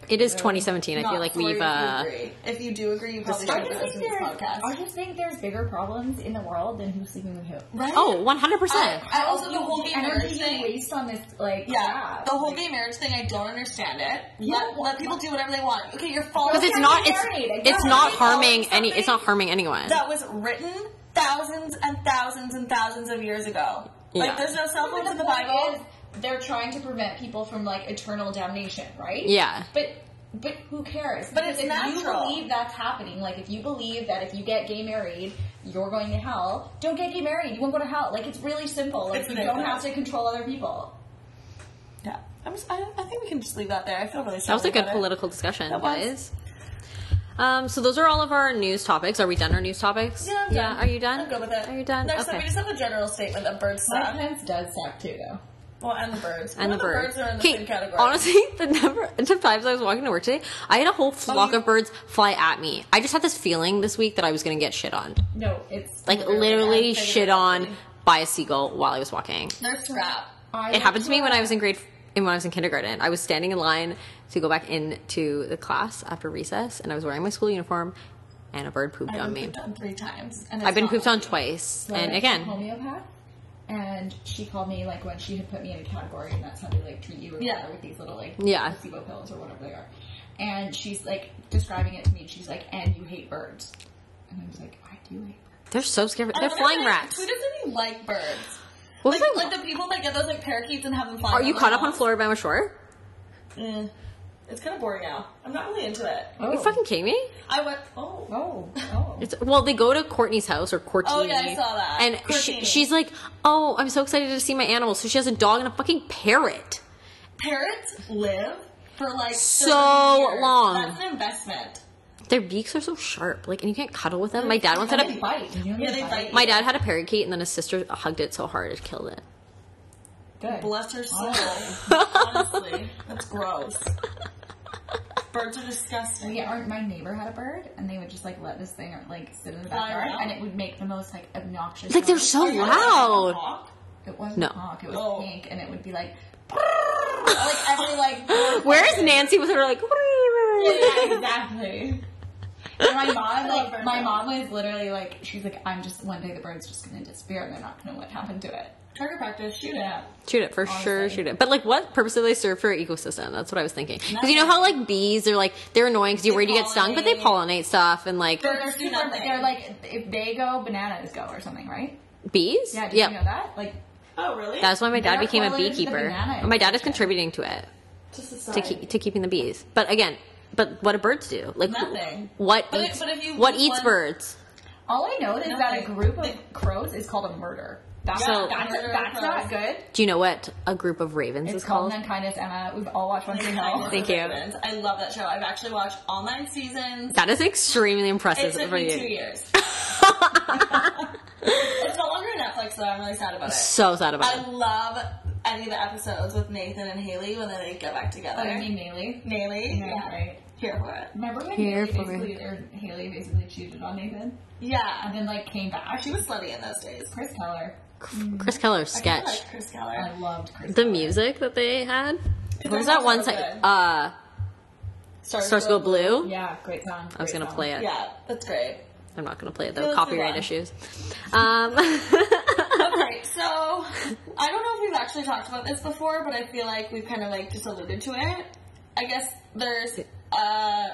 A: it is 2017. I feel
B: Not
A: like
B: sorry
A: we've
B: if you
A: uh,
B: agree. If you do agree, you probably
C: I
B: should listen
C: just,
B: to
C: think
B: this
C: there's,
B: podcast.
C: I just think there's bigger problems in the world than who's sleeping with who.
B: Right?
A: oh 100 percent.
B: I also the whole gay
C: energy
B: marriage
C: you
B: thing.
C: waste on this, like,
B: Yeah,
C: crap.
B: the whole
C: Like,
B: gay marriage thing. I don't understand it.
C: You
B: Let,
C: don't-
B: let people do whatever they want. Okay, you're following.
A: Because it's
C: you're
A: not
C: getting
A: it's
C: married,
A: it's
C: exactly.
A: not
B: You're
A: harming
B: following
A: any it's not
B: something
A: harming anyone.
B: that was written thousands and thousands and thousands of years ago.
A: Yeah.
B: Like there's no cell phones in the
C: point
B: Bible.
C: is, they're trying to prevent people from like eternal damnation, right?
A: Yeah.
C: But but who cares?
B: But it's
C: if
B: natural.
C: you believe that's happening, like if you believe that if you get gay married, you're going to hell, don't get gay married, you won't go to hell. Like it's really simple. Like
B: It's
C: you don't
B: ridiculous.
C: have to control other people.
B: Yeah, I'm just, I, I think we can just leave that there. I feel really.
A: That was a good
B: political.
A: political discussion,
B: That was.
A: guys. Um, so those are all of our news topics. Are we done our news topics?
B: Yeah, I'm done.
A: Are you done?
B: I'm good with it.
A: Are you done?
B: Next up,
A: okay.
B: we just have a general statement that birds suck.
C: Sometimes does suck too though.
B: Well, and the birds.
A: and
B: Well,
A: the bird.
B: birds are in the
A: Okay,
B: same category.
A: honestly, the number the times I was walking to work today, I had a whole flock
B: Oh, you-
A: of birds fly at me. I just had this feeling this week that I was gonna get shit on,
C: No, it's
A: like literally shit on by a seagull while I was walking.
B: they're crap.
A: It happened to me when I was in grade in when I was in kindergarten. I was standing in line to go back into the class after recess, and I was wearing my school uniform, and a bird pooped
B: I've
A: on
B: been
A: me.
B: pooped on three times. And
A: I've been
B: it's
A: pooped
B: not-
A: on twice, and
C: Like,
A: again,
C: homeopath. And she called me like when she had put me in a category, and that's how they like treat you or
B: Yeah.
C: whatever with these little like
A: Yeah.
C: placebo pills or whatever they are. And she's like describing it to me, and she's like, "And you hate birds," and I was like, "I do hate birds."
A: they're so scary.
B: I
A: They're
B: wonder
A: flying
B: if they-
A: rats.
B: Who doesn't even like birds?
A: What was
B: Like,
A: I-
B: like the people that get those like parakeets and have them fly.
A: Are you caught up on Florida by Shore?
B: Mm. It's kind of boring now. I'm not really into it.
A: Are you fucking kidding me?
B: I went. Oh.
C: oh oh.
A: It's well, they go to Courtney's house or Courtney.
B: Oh, yeah, I saw that.
A: And she,
B: Courtney.
A: she's like, "Oh, I'm so excited to see my animals." So she has a dog and a fucking parrot.
B: Parrots live for like
A: So
B: 30 years.
A: long.
B: That's an investment.
A: Their beaks are so sharp, like, and you can't cuddle with them. My dad once had
C: And they
A: a
C: bite. You know
B: Yeah, they bite.
A: my dad had a parakeet, and then his sister hugged it so hard it killed it.
C: Good.
B: Bless her soul. Honestly, the That's gross. Birds are disgusting.
C: Yeah, or my neighbor had a bird, and they would just like let this thing like sit in the
B: I
C: backyard,
B: know.
C: and it would make the most like
A: It's
C: obnoxious.
A: like they're
C: noise.
A: so
B: Are you allowed to
A: loud.
B: walk?
C: It wasn't
A: No.
C: a hawk. It was
B: Oh.
C: pink, and it would be like like every like. word-
A: Where is Nancy with her like?
C: Yeah, exactly. And my mom,
B: love
C: like
B: bird
C: my
B: dogs.
C: mom was literally like, she's like, I'm just one day the bird's just gonna disappear, and they're not gonna know what happened to it.
B: Target practice. Shoot it up.
A: Shoot it for sure. Shoot it. But like, what purpose do they serve for ecosystem? That's what I was thinking. Because you know how like bees are like they're annoying because you're worried you get stung, but they pollinate stuff and like
C: They're,
B: do
C: super,
B: nothing.
C: they're like, if they go, bananas go, or something, right?
A: bees.
C: Yeah, did
A: Yep.
C: you know that? Like,
B: Oh, really?
A: That's why my dad
C: They're
A: became a
C: correlated to the
A: beekeeper.
C: banana
A: My dad is contributing to it
B: just a
A: to
B: sign.
A: keep to keeping the bees. But again, but what do birds do? Like wh-
B: Nothing.
A: What
B: But-
A: eats,
B: but if you
A: what
B: lose
A: eats
B: one-
A: birds?
C: all I know is that a
B: Nothing.
C: group of crows is called a murder. That's,
A: So-
C: that's,
B: Murder of
C: that's not good.
A: Do you know what a group of ravens
C: It's,
A: is
C: called
A: called?
C: Then Kindness Emma. We've all watched One Tree Hill.
A: Thank you.
B: I love that show. I've actually watched all nine seasons.
A: That is extremely
B: It
A: impressive
B: took
A: for
B: me two
A: you.
B: years. it's no longer Netflix, so I'm really sad about it.
A: So sad about
B: I
A: it.
B: love any of the episodes with Nathan and Haley when they get back together.
C: Oh, you mean Haley?
B: Haley, yeah,
C: right.
B: here for it.
C: Remember when
A: Here
C: Haley
A: for it.
C: basically, or Haley basically cheated on Nathan,
B: Yeah,
C: and then like came back?
B: she was slutty in those days.
C: Chris Keller.
A: Chris Keller's
B: I kinda
A: sketch.
B: like Chris Keller.
C: I loved Chris.
A: The music that they had. Um, What was
B: they're
A: that one?
B: so
A: song?
B: good.
A: Uh,
B: Stars
A: Stars Go Blue.
C: yeah, great song.
A: I was gonna play it.
B: Yeah, that's great.
A: I'm not gonna play it
B: No,
A: though.
B: it's the
A: Copyright
B: one.
A: issues. Um,
B: Okay, so I don't know if we've actually talked about this before, but I feel like we've kind of like just alluded to it. I guess there's uh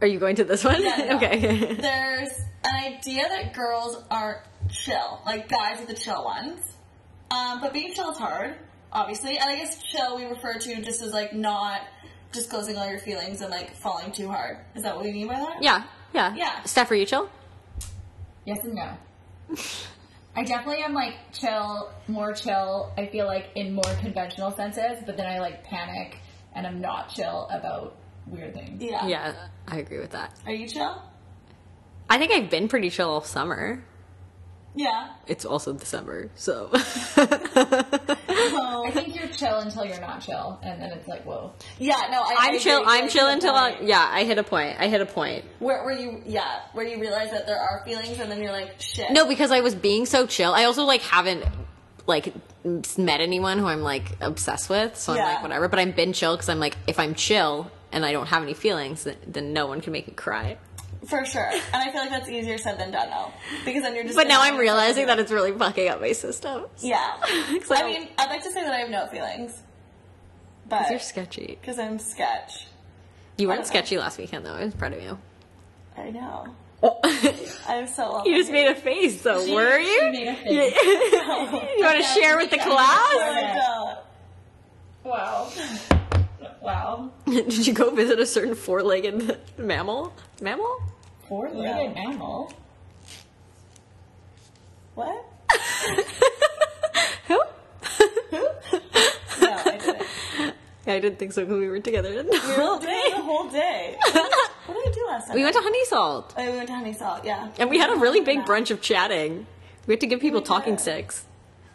A: are you going to this one?
B: Yeah, yeah.
A: okay.
B: there's an idea that girls are chill, like guys are the chill ones. Um, but being chill is hard, obviously. And I guess chill we refer to just as like not disclosing all your feelings and like falling too hard. Is that what we mean by that?
A: yeah. Yeah.
B: Yeah.
A: Steph, are you chill?
C: Yes and no. I definitely am like chill, more chill. I feel like in more conventional senses, but then I like panic and I'm not chill about weird things.
B: Yeah.
A: Yeah, I agree with that.
B: Are you chill?
A: I think I've been pretty chill all summer.
B: Yeah.
A: It's also December, so
C: I think you're chill until you're not chill, and then it's like whoa.
B: Yeah, no, I,
A: I'm
B: I
A: chill.
B: agree.
A: I'm
B: Like,
A: chill
B: the
A: until I,
B: point
A: yeah. I hit a point. I hit a point.
B: Where, where you, yeah, where you realize that there are feelings and then you're like, shit.
A: No, because I was being so chill. I also like haven't like met anyone who I'm like obsessed with, so I'm
B: Yeah.
A: like whatever. But I've been chill because I'm like if I'm chill and I don't have any feelings, then, then no one can make me cry.
B: For sure. And I feel like that's easier said than done though. Because then you're just.
A: But now
B: gonna-
A: I'm realizing that it's really fucking up my system.
B: Yeah.
A: So-
B: I mean, I'd like to say that I have no feelings. But.
A: You're sketchy.
B: Because I'm sketch.
A: You
B: I
A: weren't
B: don't know.
A: sketchy last weekend though. I was proud of you.
B: I know. I'm so
A: Oh. You just made a face though, were you?
C: She made a face.
A: You want to share with the
B: Oh
A: class?
C: Wow. Wow.
A: Did you go visit a certain four-legged mammal? Mammal?
C: Four-legged mammal.
B: What?
A: Who?
B: No, I didn't.
A: Yeah, I didn't think so because we were together.
B: All day, the whole day. What did I do last time?
A: we went to Honey Salt,
B: Oh, we went to Honey Salt, yeah.
A: and we had a really big brunch of chatting. We had to give people talking sticks.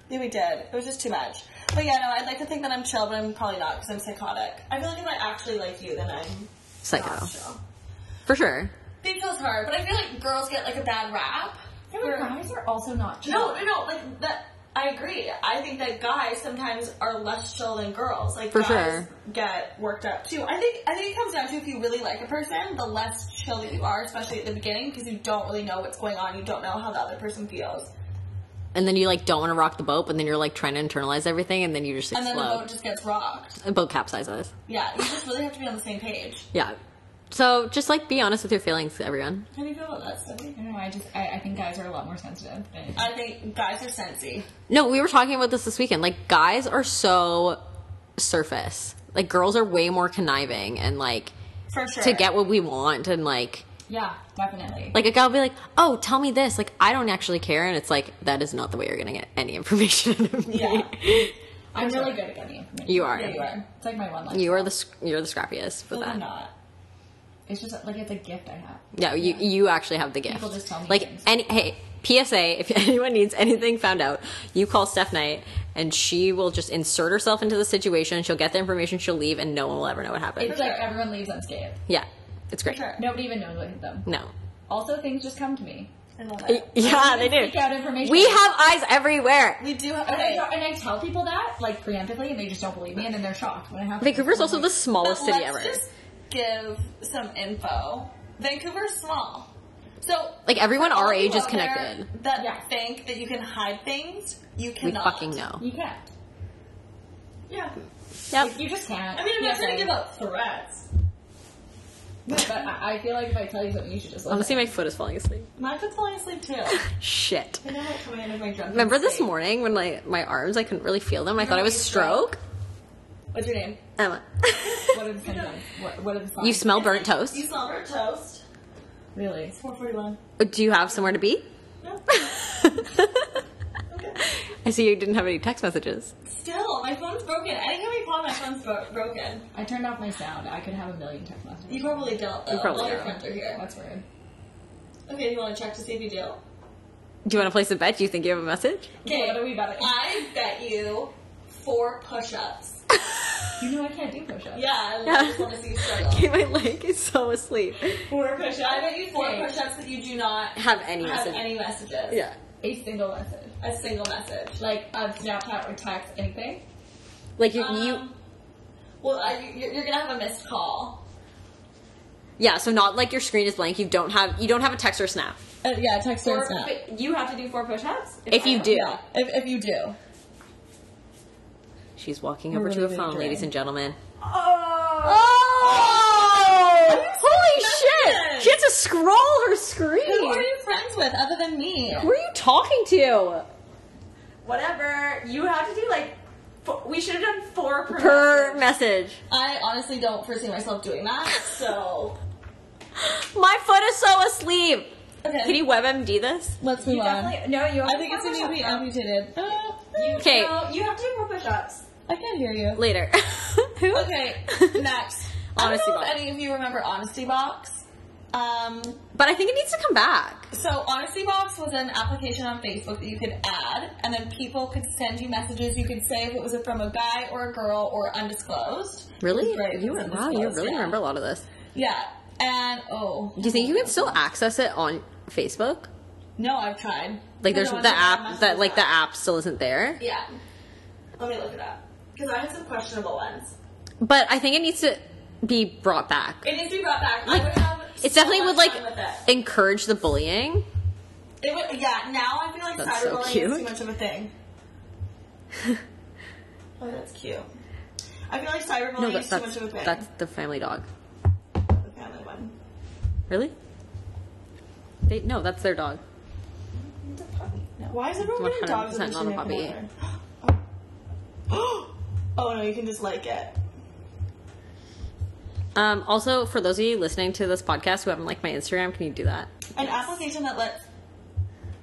B: Yeah, we did. It was just too much. But yeah, no, I'd like to think that I'm chill, but I'm probably not because I'm psychotic. I feel like if I actually like you, then I'm
A: Psycho,
B: not chill.
A: for sure.
B: Being chill is hard, but I feel like girls get like a bad rap.
C: Your guys are also not chill.
B: No, no, no. Like that, I agree. I think that guys sometimes are less chill than girls. Like
A: For
B: guys
A: sure.
B: get worked up too. I think I think it comes down to if you really like a person, the less chill that you are, especially at the beginning, because you don't really know what's going on. You don't know how the other person feels,
A: And then you like don't want to rock the boat, but then you're like trying to internalize everything, and then you just
B: and then the boat
A: explode.
B: just gets rocked.
A: The boat capsizes.
B: Yeah, you just really have to be on the same page.
A: Yeah. So just like be honest with your feelings, everyone.
B: How do you feel about that, Stephanie?
C: I don't know, I just I, I think guys are a lot more sensitive. Than,
B: I think guys are sensy.
A: No, we were talking about this this weekend. Like guys are so surface. Like girls are way more conniving and like
B: For sure.
A: to get what we want and like
C: yeah, definitely.
A: like a guy will be like, "Oh, tell me this." Like I don't actually care, and it's like that is not the way you're gonna get any information out of me.
B: Yeah.
C: I'm really good at getting information.
A: You are.
B: Yeah, you are.
C: It's like my one life.
A: You are the sc- you're the scrappiest for
B: But they're
A: that.
B: not.
C: It's just like it's a gift I have.
A: Yeah, you you actually have the gift.
C: People just tell me
A: like
C: things.
A: any hey, PSA, if anyone needs anything found out, you call Steph Knight and she will just insert herself into the situation. She'll get the information, she'll leave, and no one will ever know what happened.
C: For sure, everyone leaves unscathed.
A: yeah, it's great.
B: Sure.
C: Nobody even knows what hit them.
A: No.
C: Also, things just come to me.
B: I love it.
A: Yeah, they
C: Seek out
A: do.
C: information.
A: We have eyes everywhere.
B: We do have
C: And
B: okay.
C: I, and I tell people that, like, preemptively, and they just don't believe me, and then they're shocked when it happens.
A: Vancouver's also the smallest
B: But
A: city
B: let's
A: ever.
B: Just give some info. Vancouver's small, so
A: Like everyone our
B: all
A: age
B: you
A: is
B: out there
A: connected.
B: That
C: Yeah.
B: think that you can hide things, you
A: We
B: cannot.
A: fucking know.
C: You can't.
B: Yeah,
A: Yep.
C: You just can't.
B: I mean, I'm not
C: Yes,
B: trying
C: I-
B: to give out threats.
C: But I, I feel like if I tell you something, you should just listen.
A: Honestly, my foot is falling asleep.
B: Mine could falling asleep too.
A: Shit.
B: I know I'm coming out of my drunk.
A: Remember this
B: state.
A: morning when like my arms, I couldn't really feel them. I thought I was
B: you
A: stroke.
B: What's your name?
A: Emma.
C: What are the symptoms? What, what are the signs?
A: you smell burnt toast.
B: You saw her toast.
C: really?
B: Four forty-one.
A: Do you have somewhere to be?
B: No. Okay.
A: I see you didn't have any text messages.
B: Still, my phone's broken. I didn't have any call. My phone's bro- broken.
C: I turned off my sound. I could have a million text messages.
B: You probably don't. Though.
A: You probably
B: All your
A: don't.
B: friends are here.
C: That's rude.
B: Okay, you want to check to see if you do?
A: Do you want to place a bet? Do you think you have a message?
B: Okay,
C: What are we betting?
B: I bet you four push-ups.
C: You know I can't do push-ups.
B: Yeah, I just want to see you struggle.
A: Okay, my leg is so asleep.
B: Four push-ups. I bet you four
C: Okay.
B: push-ups that you do not
A: Have any
B: have
A: message?
B: any messages.
A: yeah.
C: A single message.
B: A single message.
C: Like, a Snapchat or text, anything.
A: Like you, you,
B: Um, well, I, you're, you're gonna have a missed call.
A: yeah. So not like your screen is blank. You don't have you don't have a text or a snap.
B: Uh, yeah, text
C: Four- but you have to do four push-ups?
A: If you
C: I-
A: do.
B: if, if you do.
A: She's walking over
C: We're
A: to a
C: really
A: phone,
C: good
A: ladies
C: drain.
A: and gentlemen.
C: Oh!
A: Oh!
B: Holy shit!
A: She had to scroll her screen.
B: Who are you friends with other than me?
A: Who are you talking to?
C: Whatever. You have to do, like, four, we should have done four per,
A: Per message.
B: I honestly don't foresee myself doing that. So
A: My foot is so asleep.
B: okay,
A: Can you WebMD this?
B: let's move
C: You
B: on.
C: definitely, no, you have
B: I
C: to
B: think
C: do
B: it's going to
C: four
B: be
C: push-ups.
B: amputated. Oh,
C: You-
A: Okay.
C: No, you have to do four push-ups.
B: I can't hear you. Oh,
A: Later. Who?
B: Okay, next.
A: Honesty
B: I don't know
A: Box.
B: if any of you remember Honesty Box. Um,
A: But I think it needs to come back.
B: so Honesty Box was an application on Facebook that you could add, and then people could send you messages. You could say if it was from a guy or a girl or undisclosed.
A: Really?
B: Right, it
A: You
B: was
A: wow, you
B: undisclosed,
A: really
B: yeah.
A: remember a lot of this.
B: Yeah, and oh
A: Do you think you can still access it on Facebook?
B: no, I've tried.
A: Like there's
B: They're
A: the
B: ones that
A: app that like the
B: messed
A: app still isn't there.
B: up. Yeah, let me look it up because I had some questionable ones.
A: But I think it needs to be brought back.
B: It needs to be brought back. I
A: Like,
B: would have
A: It
B: so
A: definitely
B: much
A: would like
B: fun with it.
A: encourage the bullying.
B: It would, yeah, now I feel like
A: That's so
B: cyberbullying is
A: cute.
B: too much of a thing. oh, that's cute. I feel like cyberbullying
A: No,
B: is
A: that,
B: too
A: that's
B: much of a thing.
A: that's the family dog.
B: the family one.
A: Really? They no, that's their dog.
B: It's a puppy. No. Why is everyone getting dogs
A: 100%
B: in the
A: not a puppy.
B: Oh. oh no, you can just like it.
A: Um, also, for those of you listening to this podcast who haven't liked my Instagram, can you do that?
B: An application that lets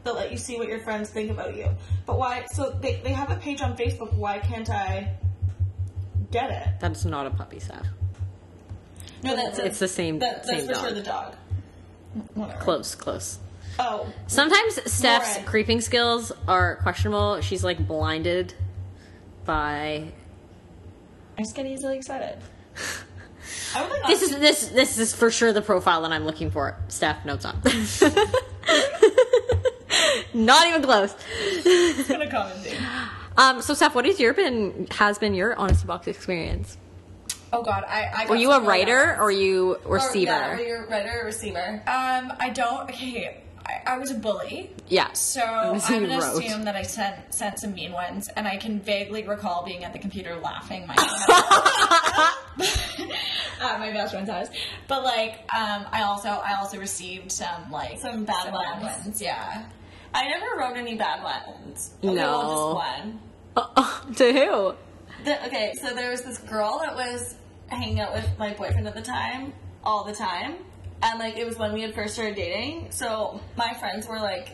B: that let you see what your friends think about you. But why? So they they have a page on Facebook. Why can't I get it?
A: That's not a puppy, Steph.
B: No, that's
A: It's the same-
B: That, that's
A: same
B: for sure
A: dog.
B: the dog.
A: Close, close.
B: Oh,
A: Sometimes Steph's
B: Lauren.
A: creeping skills are questionable. She's like blinded by
C: I just get easily excited.
B: I would like
A: this is this this is for sure the profile that I'm looking for. Steph, notes on. Not even close.
C: gonna come and see.
A: Um, so Steph, what is your been has been your honesty box experience?
C: Oh God, I. I got
A: Were you a
C: some-
A: writer or you a
B: Or, Yeah,
A: receiver?
B: were you a writer or receiver?
C: Um, I don't. Okay, I, I was a bully,
A: yes.
C: so I'm
A: So you
C: gonna
A: wrote.
C: assume that I sent sent some mean ones, and I can vaguely recall being at the computer laughing my head off at my best friend's house. But like, um, I also I also received some like
B: Some bad ones.
C: Yeah,
B: I never wrote any bad ones. Okay,
A: No.
B: well, just one.
A: Uh, to who?
B: The- okay, so there was this girl that was hanging out with my boyfriend at the time, all the time, and like it was when we had first started dating. So my friends were like,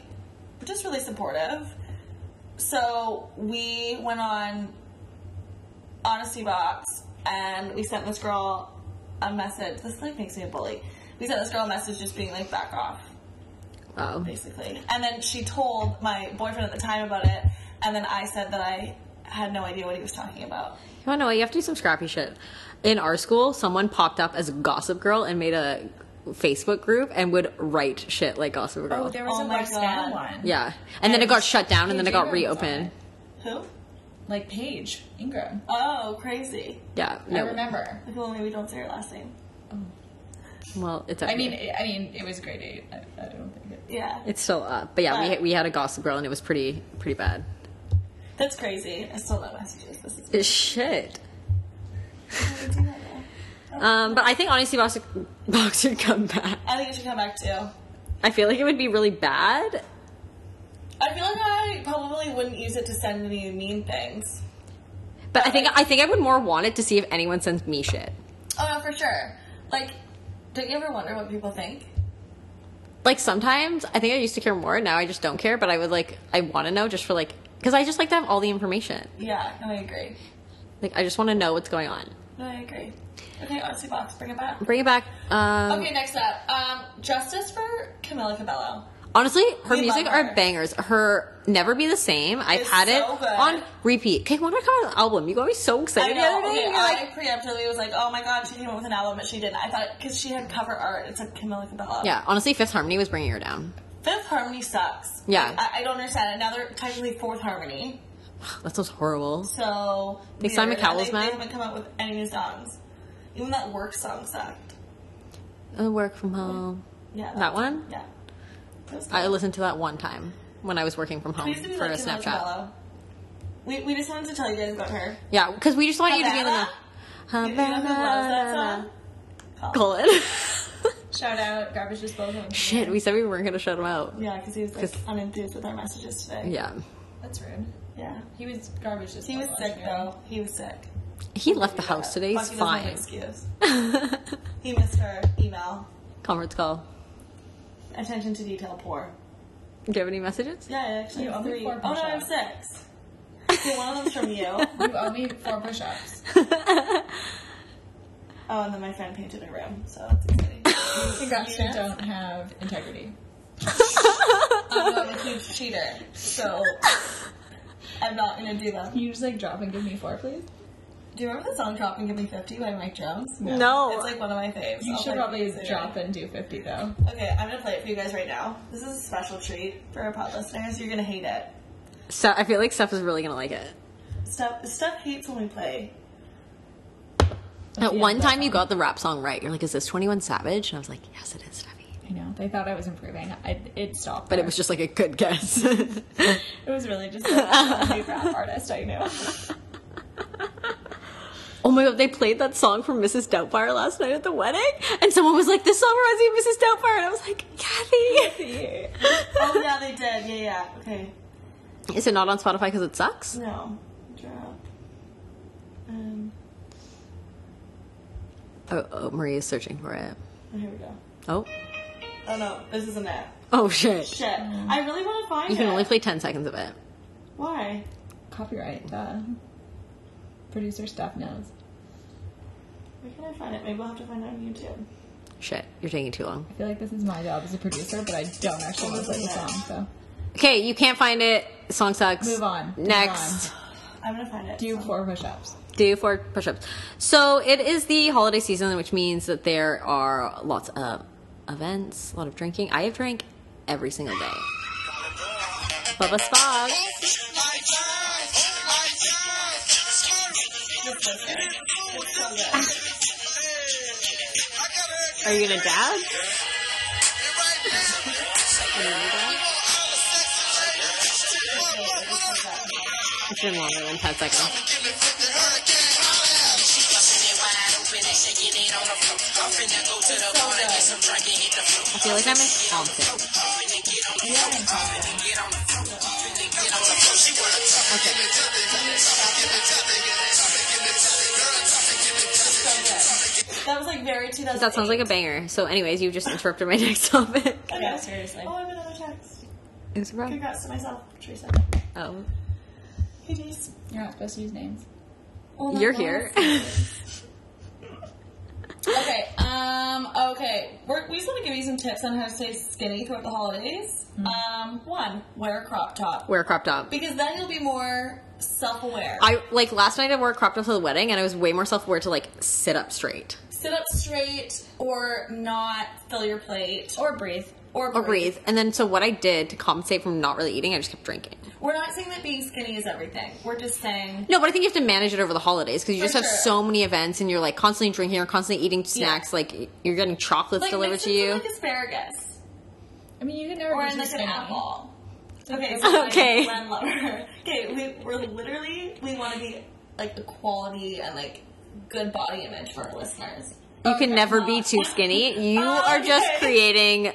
B: just really supportive. So we went on Honesty Box and we sent this girl a message. This like makes me a bully. We sent this girl a message just being like, back off.
A: Oh.
B: basically. And then she told my boyfriend at the time about it, and then I said that I had no idea what he was talking about.
A: Oh no, you have to do some scrappy shit. In our school, someone popped up as a gossip girl and made a Facebook group and would write shit like gossip girl.
C: Oh, there was
B: Oh
C: a
B: my
C: Lex Stan
B: God.
C: one.
A: yeah. And, then it got shut down and then it
C: Paige
A: got
C: Ingram was on
A: reopened.
C: it.
B: Who?
C: Like Paige Ingram.
B: Oh, crazy.
A: Yeah.
C: I
A: No.
C: remember.
B: If only we don't say her last name.
A: Well, it's
C: I
A: okay.
C: mean, I mean, it was grade eight. I, I don't think it.
B: Yeah.
A: it's still up. But yeah, we
B: But-
A: we had a gossip girl and it was pretty pretty bad.
B: That's crazy. I still love messages. This is
A: Shit.
B: we do that now.
A: Um, but I think honestly, box should, box should come back.
B: I think it should come back too.
A: I feel like it would be really bad.
B: I feel like I probably wouldn't use it to send any mean things.
A: But I think I think I would more want it to see if anyone sends me shit.
B: Oh no, for sure. Like, don't you ever wonder what people think?
A: Like sometimes I think I used to care more. Now I just don't care. But I would like I want to know just for like because I just like to have all the information.
B: Yeah, no, I agree.
A: Like I just want to know what's going on.
B: No, I agree. Okay, honesty box, bring it back.
A: Bring it back. Um,
B: Okay, next up, um, justice for Camila Cabello.
A: Honestly, her
B: We
A: music
B: love
A: are
B: her.
A: bangers. Her "Never Be the Same." I've
B: It's
A: had it
B: so good.
A: on repeat. Okay, when I come out with an album, you got me so
B: I
A: excited the
B: know.
A: other day.
B: Okay,
A: You're
B: I
A: like,
B: preemptively was like, oh my god, she came up with an album, but she didn't. I thought because she had cover art, it's like Camila Cabello.
A: yeah, honestly, Fifth Harmony was bringing her down.
B: Fifth Harmony sucks.
A: Yeah.
B: I, I don't understand. it. Now they're technically Fourth Harmony.
A: That sounds horrible.
B: So
A: Think Simon
B: weird. And
A: Cowell's
B: they,
A: mad?
B: They haven't come out with any new songs. Even that work song sucked.
A: I Uh, work from home.
B: Yeah,
A: That one?
B: Yeah. That was
A: I
B: good.
A: listened to that one time when I was working from home
B: Please do
A: for
B: like
A: a
B: Camila
A: Snapchat.
B: Cabello. We we just wanted to tell you guys about her.
A: Yeah, because we just want you to be in the.
B: Havana? You know who loves that song?
A: Colin.
C: Shout out garbage disposal.
A: Shit, we said we weren't gonna shut him out.
B: Yeah, because he was like
A: 'Cause-
B: unenthused with our messages today.
A: Yeah,
C: That's rude.
B: Yeah.
C: He was garbage disposal.
B: He was sick
C: engineer.
B: though. He was sick.
A: he left the house today. He's
B: Fuck, he doesn't have an
A: fine.
B: Excuse. He missed her email.
A: Conference call.
B: Attention to detail poor.
A: Do you have any messages?
B: Yeah, I actually
C: You
B: have
C: owe me
B: three.
C: four
B: Oh no, I have
C: push-ups.
B: six. Okay, one of them's from you. Oh,
C: You owe me four push-ups.
B: Oh, and then my friend painted a room, so that's exciting.
C: Congrats, you don't have integrity.
B: I'm not a huge cheater, so I'm not gonna do that.
C: Can you just like drop and give me four, please?
B: Do you remember the song "Drop and Give Me 50 by Mike Jones?
C: No.
A: No.
B: It's like one of my faves.
C: You
B: I'll play
C: should
B: it
C: probably
B: later.
C: drop and do fifty though.
B: Okay, I'm gonna play it for you guys right now. This is a special treat for our pod listeners. You're gonna hate it.
A: So I feel like Steph is really gonna like it.
B: Steph, Steph hates when we play.
A: At
C: Yeah,
A: one
C: but-
A: time, you got the rap song right. You're like, "Is this Twenty One Savage?" And I was like, "Yes, it is, Steffi."
C: I know. They thought I was improving. I, it stopped.
A: But
C: there.
A: it was just like a good guess.
C: It was really just like, a new rap artist I knew.
A: oh my god, they played that song from Mrs. Doubtfire last night at the wedding, and someone was like, "This song reminds me of Mrs. Doubtfire," and I was like, "Kathy."
B: Oh yeah, they did. Yeah, yeah. Okay.
A: is it not on Spotify because it sucks?
B: No. Drop. Um.
A: Oh, oh Marie is searching for it.
B: oh, here we go.
A: Oh,
B: Oh no, this isn't it.
A: oh shit!
B: Shit. I really want to find
A: You can
B: it.
A: only play ten seconds of it.
B: Why?
C: Copyright. The producer stuff knows.
B: Where can I find it? Maybe I'll have to find it on YouTube.
A: Shit, you're taking too long.
C: I feel like this is my job as a producer, but I don't actually want to play the song. So
A: Okay, you can't find it. Song sucks.
C: Move on. Move
A: Next.
B: I'm gonna find it.
C: do four push-ups.
A: do four push-ups. So it is the holiday season, which means that there are lots of events, a lot of drinking. I have drank every single day. Bubba Spog. Are you gonna dab? It's been longer than ten seconds. I feel like I'm in concert.
B: That was like very 2000.
A: That sounds like a banger. So, anyways, you just interrupted my next topic.
B: Yeah, seriously. Oh, I have another text.
A: It's right.
B: Congrats to myself, Teresa.
A: Oh,
B: Hey, Denise.
C: You're not supposed to use names.
B: Oh my
A: you're
B: God.
A: here.
B: Okay, Okay. Um. Okay. We're, we just want to give you some tips on how to stay skinny throughout the holidays.
C: Hmm.
B: Um. One, wear a crop top
A: Wear a crop top.
B: because then you'll be more self-aware.
A: I like last night I wore a crop top to the wedding and I was way more self aware to like sit up straight
B: Sit up straight, or not fill your plate, or
C: or breathe.
B: or,
A: or breathe. And then so what I did to compensate from not really eating, I just kept drinking.
B: We're not saying that being skinny is everything. We're just saying
A: No, but I think you have to manage it over the holidays because you
B: For
A: just have
B: sure.
A: so many events and you're like constantly drinking, you're constantly eating snacks, like you're getting chocolates
B: like
A: delivered
B: mix
A: to
B: it with,
A: you.
B: like asparagus
C: I mean, you can never
B: or in
C: be too
B: like an
C: skinny.
B: apple. Okay. So
A: Okay.
B: Like, Ren lover. Okay. We, we're literally we want to be like equality and like good body image for our listeners.
A: You can never be too skinny. You
B: Oh,
A: are just
B: okay.
A: creating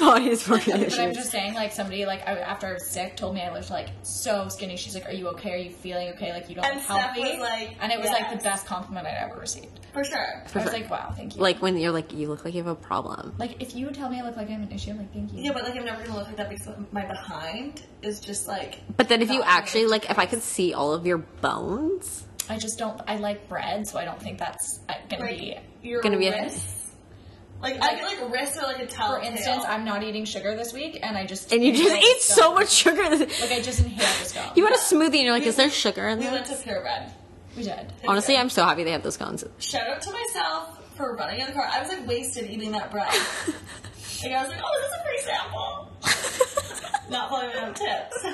A: bodies for your
C: But I'm
A: issues.
C: just saying, like somebody, like I, after I was sick, told me I looked like so skinny. She's like, "Are you okay? Are you feeling okay? Like you don't
B: And
C: look
B: Steph
C: healthy."
B: was like,
C: and it was like
B: yes.
C: the best compliment I'd ever received.
B: For sure.
C: I was
A: sure.
C: like, "Wow, thank you."
A: Like when you're like, you look like you have a problem.
C: like if you tell me I look like I have an issue, I'm like, thank you.
B: Yeah, but like I'm never gonna look like that because my behind is just like
A: But then if you
B: Not
A: actually like, if I could see all of your bones,
C: I just don't. I like bread, so I don't think that's uh, gonna
B: like
C: be.
B: your
A: Gonna be a-
B: wrists. Like I get like wrists are like a towel.
C: For instance, I'm not eating sugar this week, and I just
A: and you just
C: like,
A: eat so
C: don't-
A: much sugar.
C: Like I just inhaled the scone.
A: You had a smoothie and you're like, is there sugar in
B: we went
A: this?
B: to purebred.
C: we did.
A: Honestly, I'm so happy they have those cones.
B: Shout out to myself for running in the car. I was like wasted eating that bread. like I was like, oh, this is a free sample. Not following my own tips.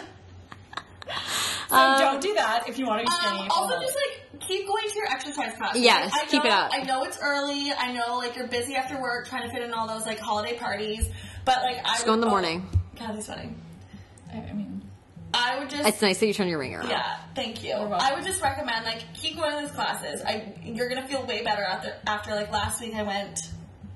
C: So don't do that if you want to be skinny.
B: Um,
C: for
B: also,
C: holidays.
B: just like keep going to your exercise classes.
A: Yes,
B: Like, I
A: keep
B: know-
A: it up.
B: I know it's early. I know like you're busy after work trying to fit in all those like holiday parties. But like, I
A: Go in the
B: would-
A: morning.
B: God, that's funny.
C: I I mean,
B: I would just
A: It's nice that you turn your ringer on.
B: Yeah, thank you.
C: welcome.
B: I would just recommend like keep going to these classes. I you're gonna feel way better after after like last week I went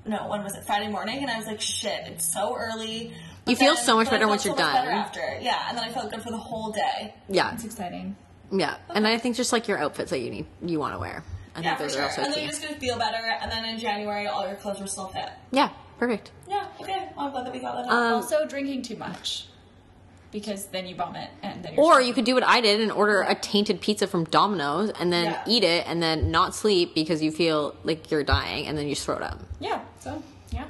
B: no when was it Friday morning and I was like shit it's so early. But
A: You feel
B: then-
A: so much
B: but
A: better
B: I felt
A: once you're
B: so much
A: done.
B: better after yeah, and then I felt good for the whole day.
A: Yeah,
C: it's exciting.
A: yeah. And I think just like your outfits that you need, you want to wear. I
B: Yeah,
A: think
B: for
A: those
B: sure.
A: are also
B: And then
A: key.
B: you're just gonna feel better, and then in January all your clothes will still fit.
A: Yeah, perfect.
B: Yeah, okay. Well, I'm glad that we got that. out.
A: Um,
C: also, drinking too much because then you vomit and then you're
A: Or
C: sick.
A: you could do what I did and order a tainted pizza from Domino's and then
B: Yeah.
A: eat it and then not sleep because you feel like you're dying and then you just throw it up.
C: yeah. So yeah,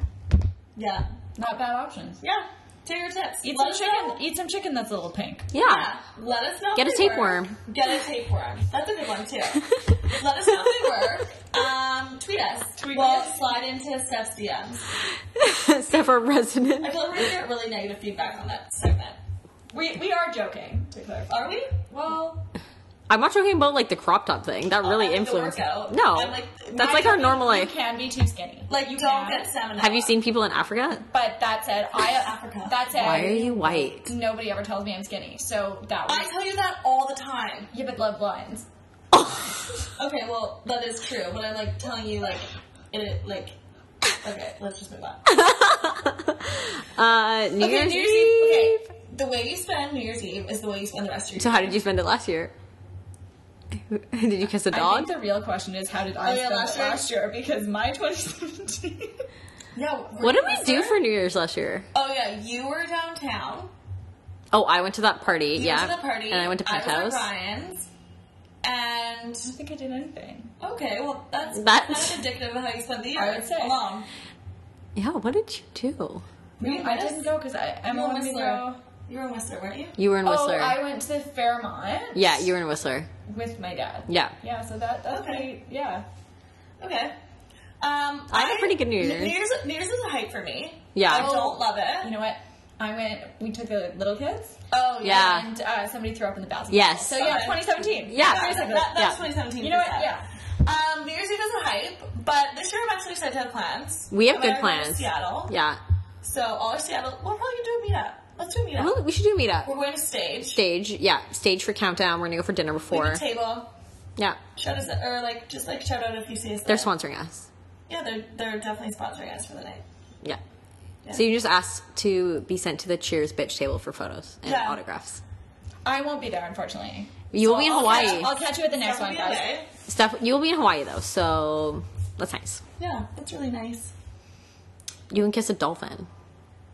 B: yeah,
C: not bad options.
B: yeah. Take your tips.
C: Eat
B: Let
C: some
B: us
C: chicken.
B: know.
C: Eat some chicken that's a little pink.
A: Yeah.
B: Yeah. Let us know.
A: Get
B: if
A: a
B: they
A: tapeworm.
B: work. Get a tapeworm. That's a good one too. Let us know if they work. Um, tweet us. Tweet we'll
C: us.
B: slide into Steph's DMs.
A: Except for
B: I
A: resident.
B: feel like we're gonna get really negative feedback on that segment.
C: We we are joking to clarify.
B: Are we?
C: Well,
A: I'm not joking about like the crop top thing. That
B: I
A: really
B: like the
A: influenced.
B: workout.
A: No.
B: I'm like-
A: that's like our normal
C: you
A: life.
C: can be too skinny.
B: Like you don't get salmonella.
A: Have you seen people in Africa?
C: But that said, I
B: Africa.
C: That said,
A: Why are you white?
C: Nobody ever tells me I'm skinny, so that
B: I
C: was
B: tell you that all the time.
C: yeah, but love blinds.
B: Okay, well that is true, but I'm like telling you like it like. Okay, let's just move on.
A: Uh, New
B: Okay,
A: Year's Eve.
B: New Year's Eve. Okay, the way you spend New Year's Eve is the way you spend the rest of your.
A: So how did you spend it last year? did you kiss a
C: I
A: dog?
C: think the real question is how did I
B: Oh, yeah,
C: spend
B: last
C: it
B: year?
C: last year? Because my 2017.
B: No.
A: What did we do for New Year's last year?
B: Oh yeah, you were downtown.
A: Oh, I went to that party.
B: You
A: yeah,
B: went to the party.
A: and I went to Pet
B: was at
A: House.
B: Ryan's. And
C: I don't think I did anything.
B: okay, well that's
A: That's-
B: that's kind of indicative of how you spent the year.
C: I would say.
B: alone.
A: Yeah, what did you do?
B: Were you in
C: I
B: Whist-
C: didn't go because I I'm
B: You were in
C: wanted to go.
B: Whistler. You were in Whistler, weren't you?
A: You were in
C: Oh,
A: Whistler.
C: I went to Fairmont.
A: Yeah, you were in Whistler.
C: with my dad.
A: Yeah.
C: Yeah, so that that's
B: Okay.
C: pretty. Yeah.
B: Okay. Um,
A: I had a pretty good New Year's.
B: New Year's, New Year's is a hype for me.
A: Yeah.
B: I don't love it.
C: You know what? I went. We took the little kids.
B: oh
A: Yeah.
C: And uh, somebody threw up in the bathroom.
A: Yes.
C: So yeah, 2017.
A: Yeah.
B: That, that,
C: Basically.
B: that
A: Yeah.
B: was 2017.
C: You know what?
B: for that.
C: Yeah.
B: Um, New Year's Eve is a hype, but this year I'm actually excited to have plans.
A: We have
B: I'm
A: good
B: gonna go to
A: plans.
B: Seattle.
A: Yeah.
B: So all of Seattle. We're probably gonna do a meetup. Let's do a meetup.
A: Well, we should do a meetup.
B: We're going to stage.
A: Stage. Yeah, stage for countdown. We're gonna go for dinner
B: We have
A: before.
B: a table.
A: Yeah,
B: Shout us or like just like shout out if you see us.
A: they're
B: there.
A: sponsoring us.
B: Yeah, they're they're definitely sponsoring us for the night.
A: Yeah. So you just ask to be sent to the Cheers bitch table for photos and
B: Yeah.
A: autographs.
C: I won't be there, unfortunately.
A: You will be in
B: I'll-
A: Hawaii.
C: I'll catch you at the next
B: That
C: one,
B: would be
C: guys.
B: okay.
A: Steph, you will be in Hawaii though, so that's nice.
B: Yeah, that's really nice.
A: You can kiss a dolphin.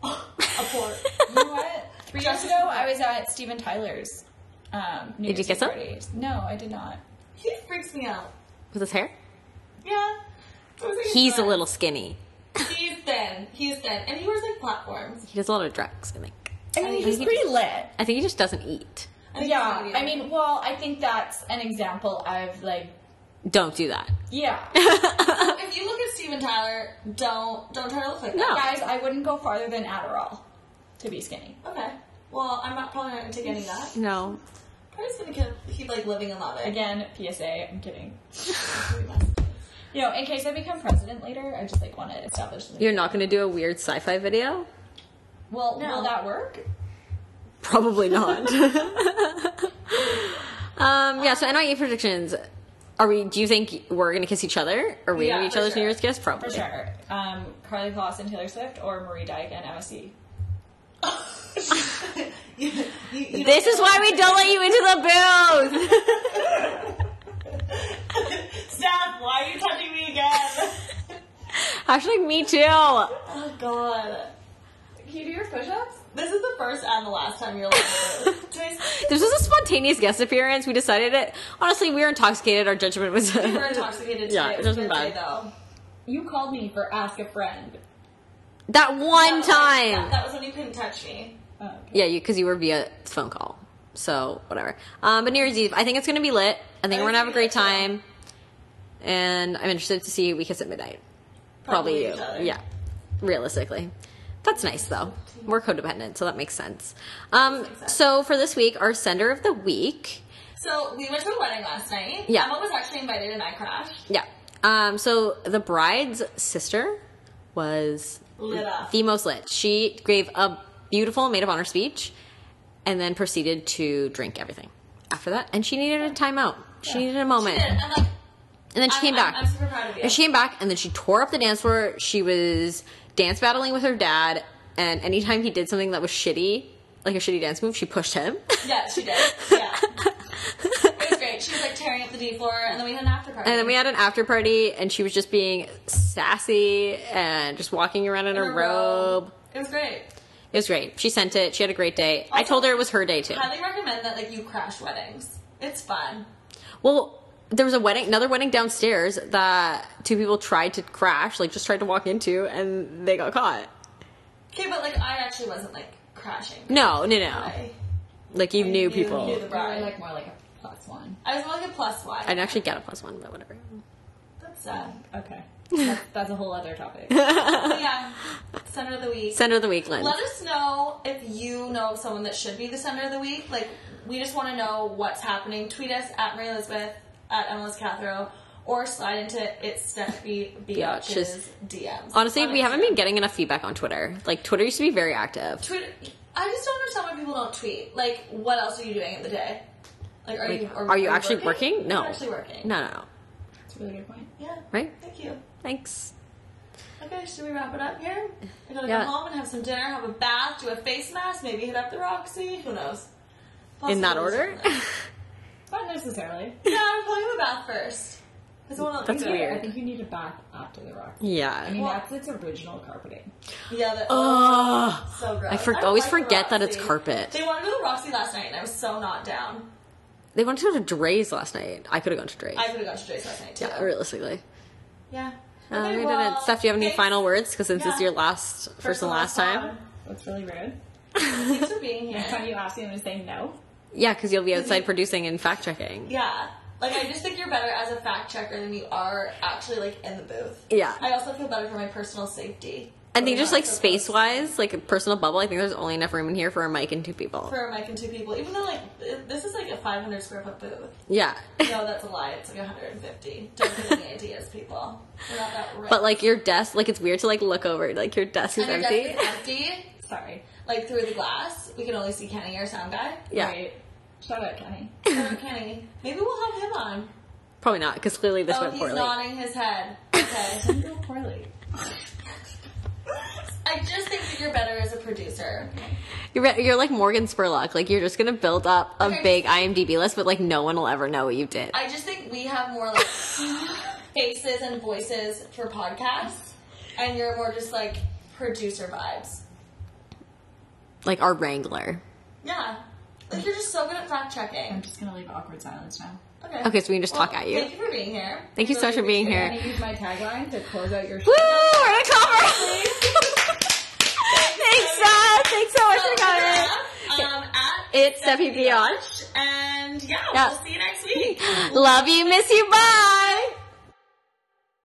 B: A port.
C: You know what? Three years ago, I was at Steven Tyler's. Um, New
A: Did you
C: Year's
A: kiss
C: Eve
A: him?
C: party. No, I did not.
B: he freaks me out.
A: With his hair?
B: Yeah.
A: He's a little skinny.
B: He's thin. He's thin, and he wears like platforms.
A: He does a lot of drugs, I think.
C: I mean, he's pretty lit.
A: I think he just doesn't eat.
B: I think he's
C: Yeah,
B: medium.
C: I mean, well, I think that's an example of like,
A: Don't do that.
C: yeah,
B: if you look at Steven Tyler, don't don't try to look like
A: No.
B: that.
C: guys, I wouldn't go farther than Adderall to be skinny.
B: Okay. Well, I'm not probably not gonna take any of that.
A: No.
B: Probably just gonna keep, keep like living and loving.
C: Again, PSA. I'm kidding. You know, in case I become president later, I just like want to establish. Something.
A: You're not going to do a weird sci fi video?
C: Well,
B: No.
C: will that work?
A: Probably not. um, yeah, so NYE predictions. Are we, do you think we're going to kiss each other? Are we
B: Yeah,
A: each
B: for
A: other's New
B: sure.
A: Year's kiss? Probably.
C: For sure. Um, Carly Kloss and Taylor Swift, or Marie Dyke and MSC.
B: You- you- you
A: This is why we don't let you into the booth!
B: Steph, why are you touching me again?
A: Hashtag me too.
B: oh god.
C: Can you do your push-ups?
B: This is the first and the last time you're like Today's
A: This was a spontaneous guest appearance. We decided it. Honestly, we were intoxicated. Our judgment was.
B: we were intoxicated today.
A: Yeah, it doesn't
B: It's Thursday,
A: bad.
B: though.
C: You called me for ask a friend.
A: that one
B: Yeah,
A: time.
B: that was when you couldn't touch me.
C: Oh, okay.
A: Yeah, you because you were via phone call. So whatever. Um, but New Year's Eve, I think it's gonna be lit. I think
B: I
A: we're gonna have a
B: agree
A: great
B: with that.
A: time. And I'm interested to see who we kiss at midnight. Probably,
B: each other.
A: you. Yeah. Realistically. That's nice though. We're codependent, so that makes sense. Um, so for this week, our sender of the week.
B: So we went to a wedding last night.
A: Yeah.
B: Emma was actually invited and I crashed.
A: Yeah. Um, so the bride's sister was
B: Lit up.
A: the most lit. She gave a beautiful maid of honor speech and then proceeded to drink everything after that. And she needed a timeout. She needed a
B: She
A: moment.
B: did. I'm like,
A: And then she
B: I'm-
A: came
B: I'm-
A: back.
B: I'm super proud of you.
A: And she came back and then she tore up the dance floor. She was dance battling with her dad. And anytime he did something that was shitty, like a shitty dance move, she pushed him.
B: yeah, she did. Yeah. it was great. She was like tearing up the D floor and then we had an after party.
A: And then we had an after party, and she was just being sassy and just walking around in,
B: In
A: her
B: a
A: robe.
B: It was great.
A: It was great. She sent it. She had a great day. I
B: Also-
A: told her it was her day too.
B: Highly recommend that like you crash weddings. It's fun.
A: Well, there was a wedding, another wedding downstairs that two people tried to crash, like just tried to walk into, and they got caught.
B: Okay, but like I actually wasn't like crashing.
A: No, no, no.
B: I,
A: Like you knew
B: you
A: people.
B: knew the
C: You were,
B: bride.
C: like more like a plus one.
B: I was more like a plus one.
A: I didn't actually get a plus one, but whatever.
B: That's sad.
C: uh, Okay. That's, that's a whole other topic.
B: But yeah, center of the week.
A: Center of the week, Lynn.
B: Let us know if you know of someone that should be the center of the week. Like, we just want to know what's happening. Tweet us at Mary Elizabeth, at Emma's Cathro, or slide into it's Stephanie Biatch's DMs.
A: Honestly,
B: On
A: we haven't
B: Instagram.
A: been getting enough feedback on Twitter. Like Twitter used to be very active.
B: Twitter. I just don't understand why people don't tweet. Like, what else are you doing in the day? Like, are
A: Like,
B: you
A: are you actually working? No.
B: You're actually working.
A: No, no, no.
C: That's a really good point.
B: Yeah.
A: Right?
B: Thank you.
A: Thanks.
B: Okay, should we wrap it up here? We're gonna
A: Yeah.
B: go home and have some dinner, have a bath, do a face mask, maybe hit up the Roxy. Who knows?
A: In that
B: Possibilities
A: order?
B: are endless.
C: Not necessarily.
B: Yeah, I'm probably have a bath first. 'Cause I wanna-
A: That's
B: yeah.
A: weird.
C: I think you need a bath after the rock. I
A: yeah.
C: mean,
B: Well-
C: that's its original carpeting.
B: Yeah, that, oh,
A: Ugh.
B: so gross.
A: Oh. I for-
B: don't
A: always
B: the
A: forget that it's
B: Roxy.
A: carpet.
B: They wanted to go to the Roxy last night, and I was so not down.
A: They wanted to go to Dre's last night. I could have gone to Dre's.
B: I could have gone to Jay's last night too.
A: Yeah, realistically.
B: Yeah.
A: Um,
B: Okay,
A: we did
B: well,
A: it. Steph, do you have any
B: thanks.
A: final words? Because since this is
B: Yeah.
A: your last, first, and last time.
B: pod.
C: That's really rude.
B: Thanks for being
C: Next
B: here.
C: time you ask me, I'm going to say no.
A: Yeah, because you'll be outside producing and fact checking.
B: Yeah. Like I just think you're better as a fact checker than you are actually like in the booth.
A: Yeah.
B: I also feel better for my personal safety.
A: I think just
B: Yeah,
A: like
B: so
A: space wise, like a personal bubble, I think there's only enough room in here for a mic and two people.
B: For a mic and two people, even though like it- this is like a 500 square foot booth.
A: yeah.
B: No, that's a lie. It's like 150. Don't give me ideas, people. We're not that rich.
A: but like your desk, like it's weird to like look over, like your desk is
B: and
A: empty.
B: Your desk is empty.
C: Sorry.
B: Like through the glass, we can only see Kenny, our sound guy.
A: Yeah.
C: Wait. Shout out, Kenny.
B: Shout out Kenny. Maybe we'll have him on.
A: Probably not, because clearly this
B: oh,
A: went
B: he's
A: poorly.
B: nodding his head. Okay.
C: You go poorly.
B: I just think that you're better as a producer.
A: You're, re- you're like Morgan Spurlock, like you're just gonna build up a
B: Okay.
A: big IMDb list, but like no one will ever know what you did.
B: I just think we have more like faces and voices for podcasts, and you're more just like producer vibes.
A: Like our wrangler.
B: Yeah. Like you're just so good at fact
C: I'm
B: checking.
C: just gonna leave awkward silence now.
B: Okay.
A: Okay, so we can just talk at you.
B: Thank you for being here.
A: Thank you so much for being
C: I'm
A: here.
C: gonna use my tagline to close out your
A: Woo!
C: show.
A: We're in a conference. Thanks, Seth. Thanks so much for coming.
B: Um, at
A: It's Stephanie Biatch.
B: and yeah,
A: Yeah.
B: we'll see you next week.
A: Love you, miss you, bye.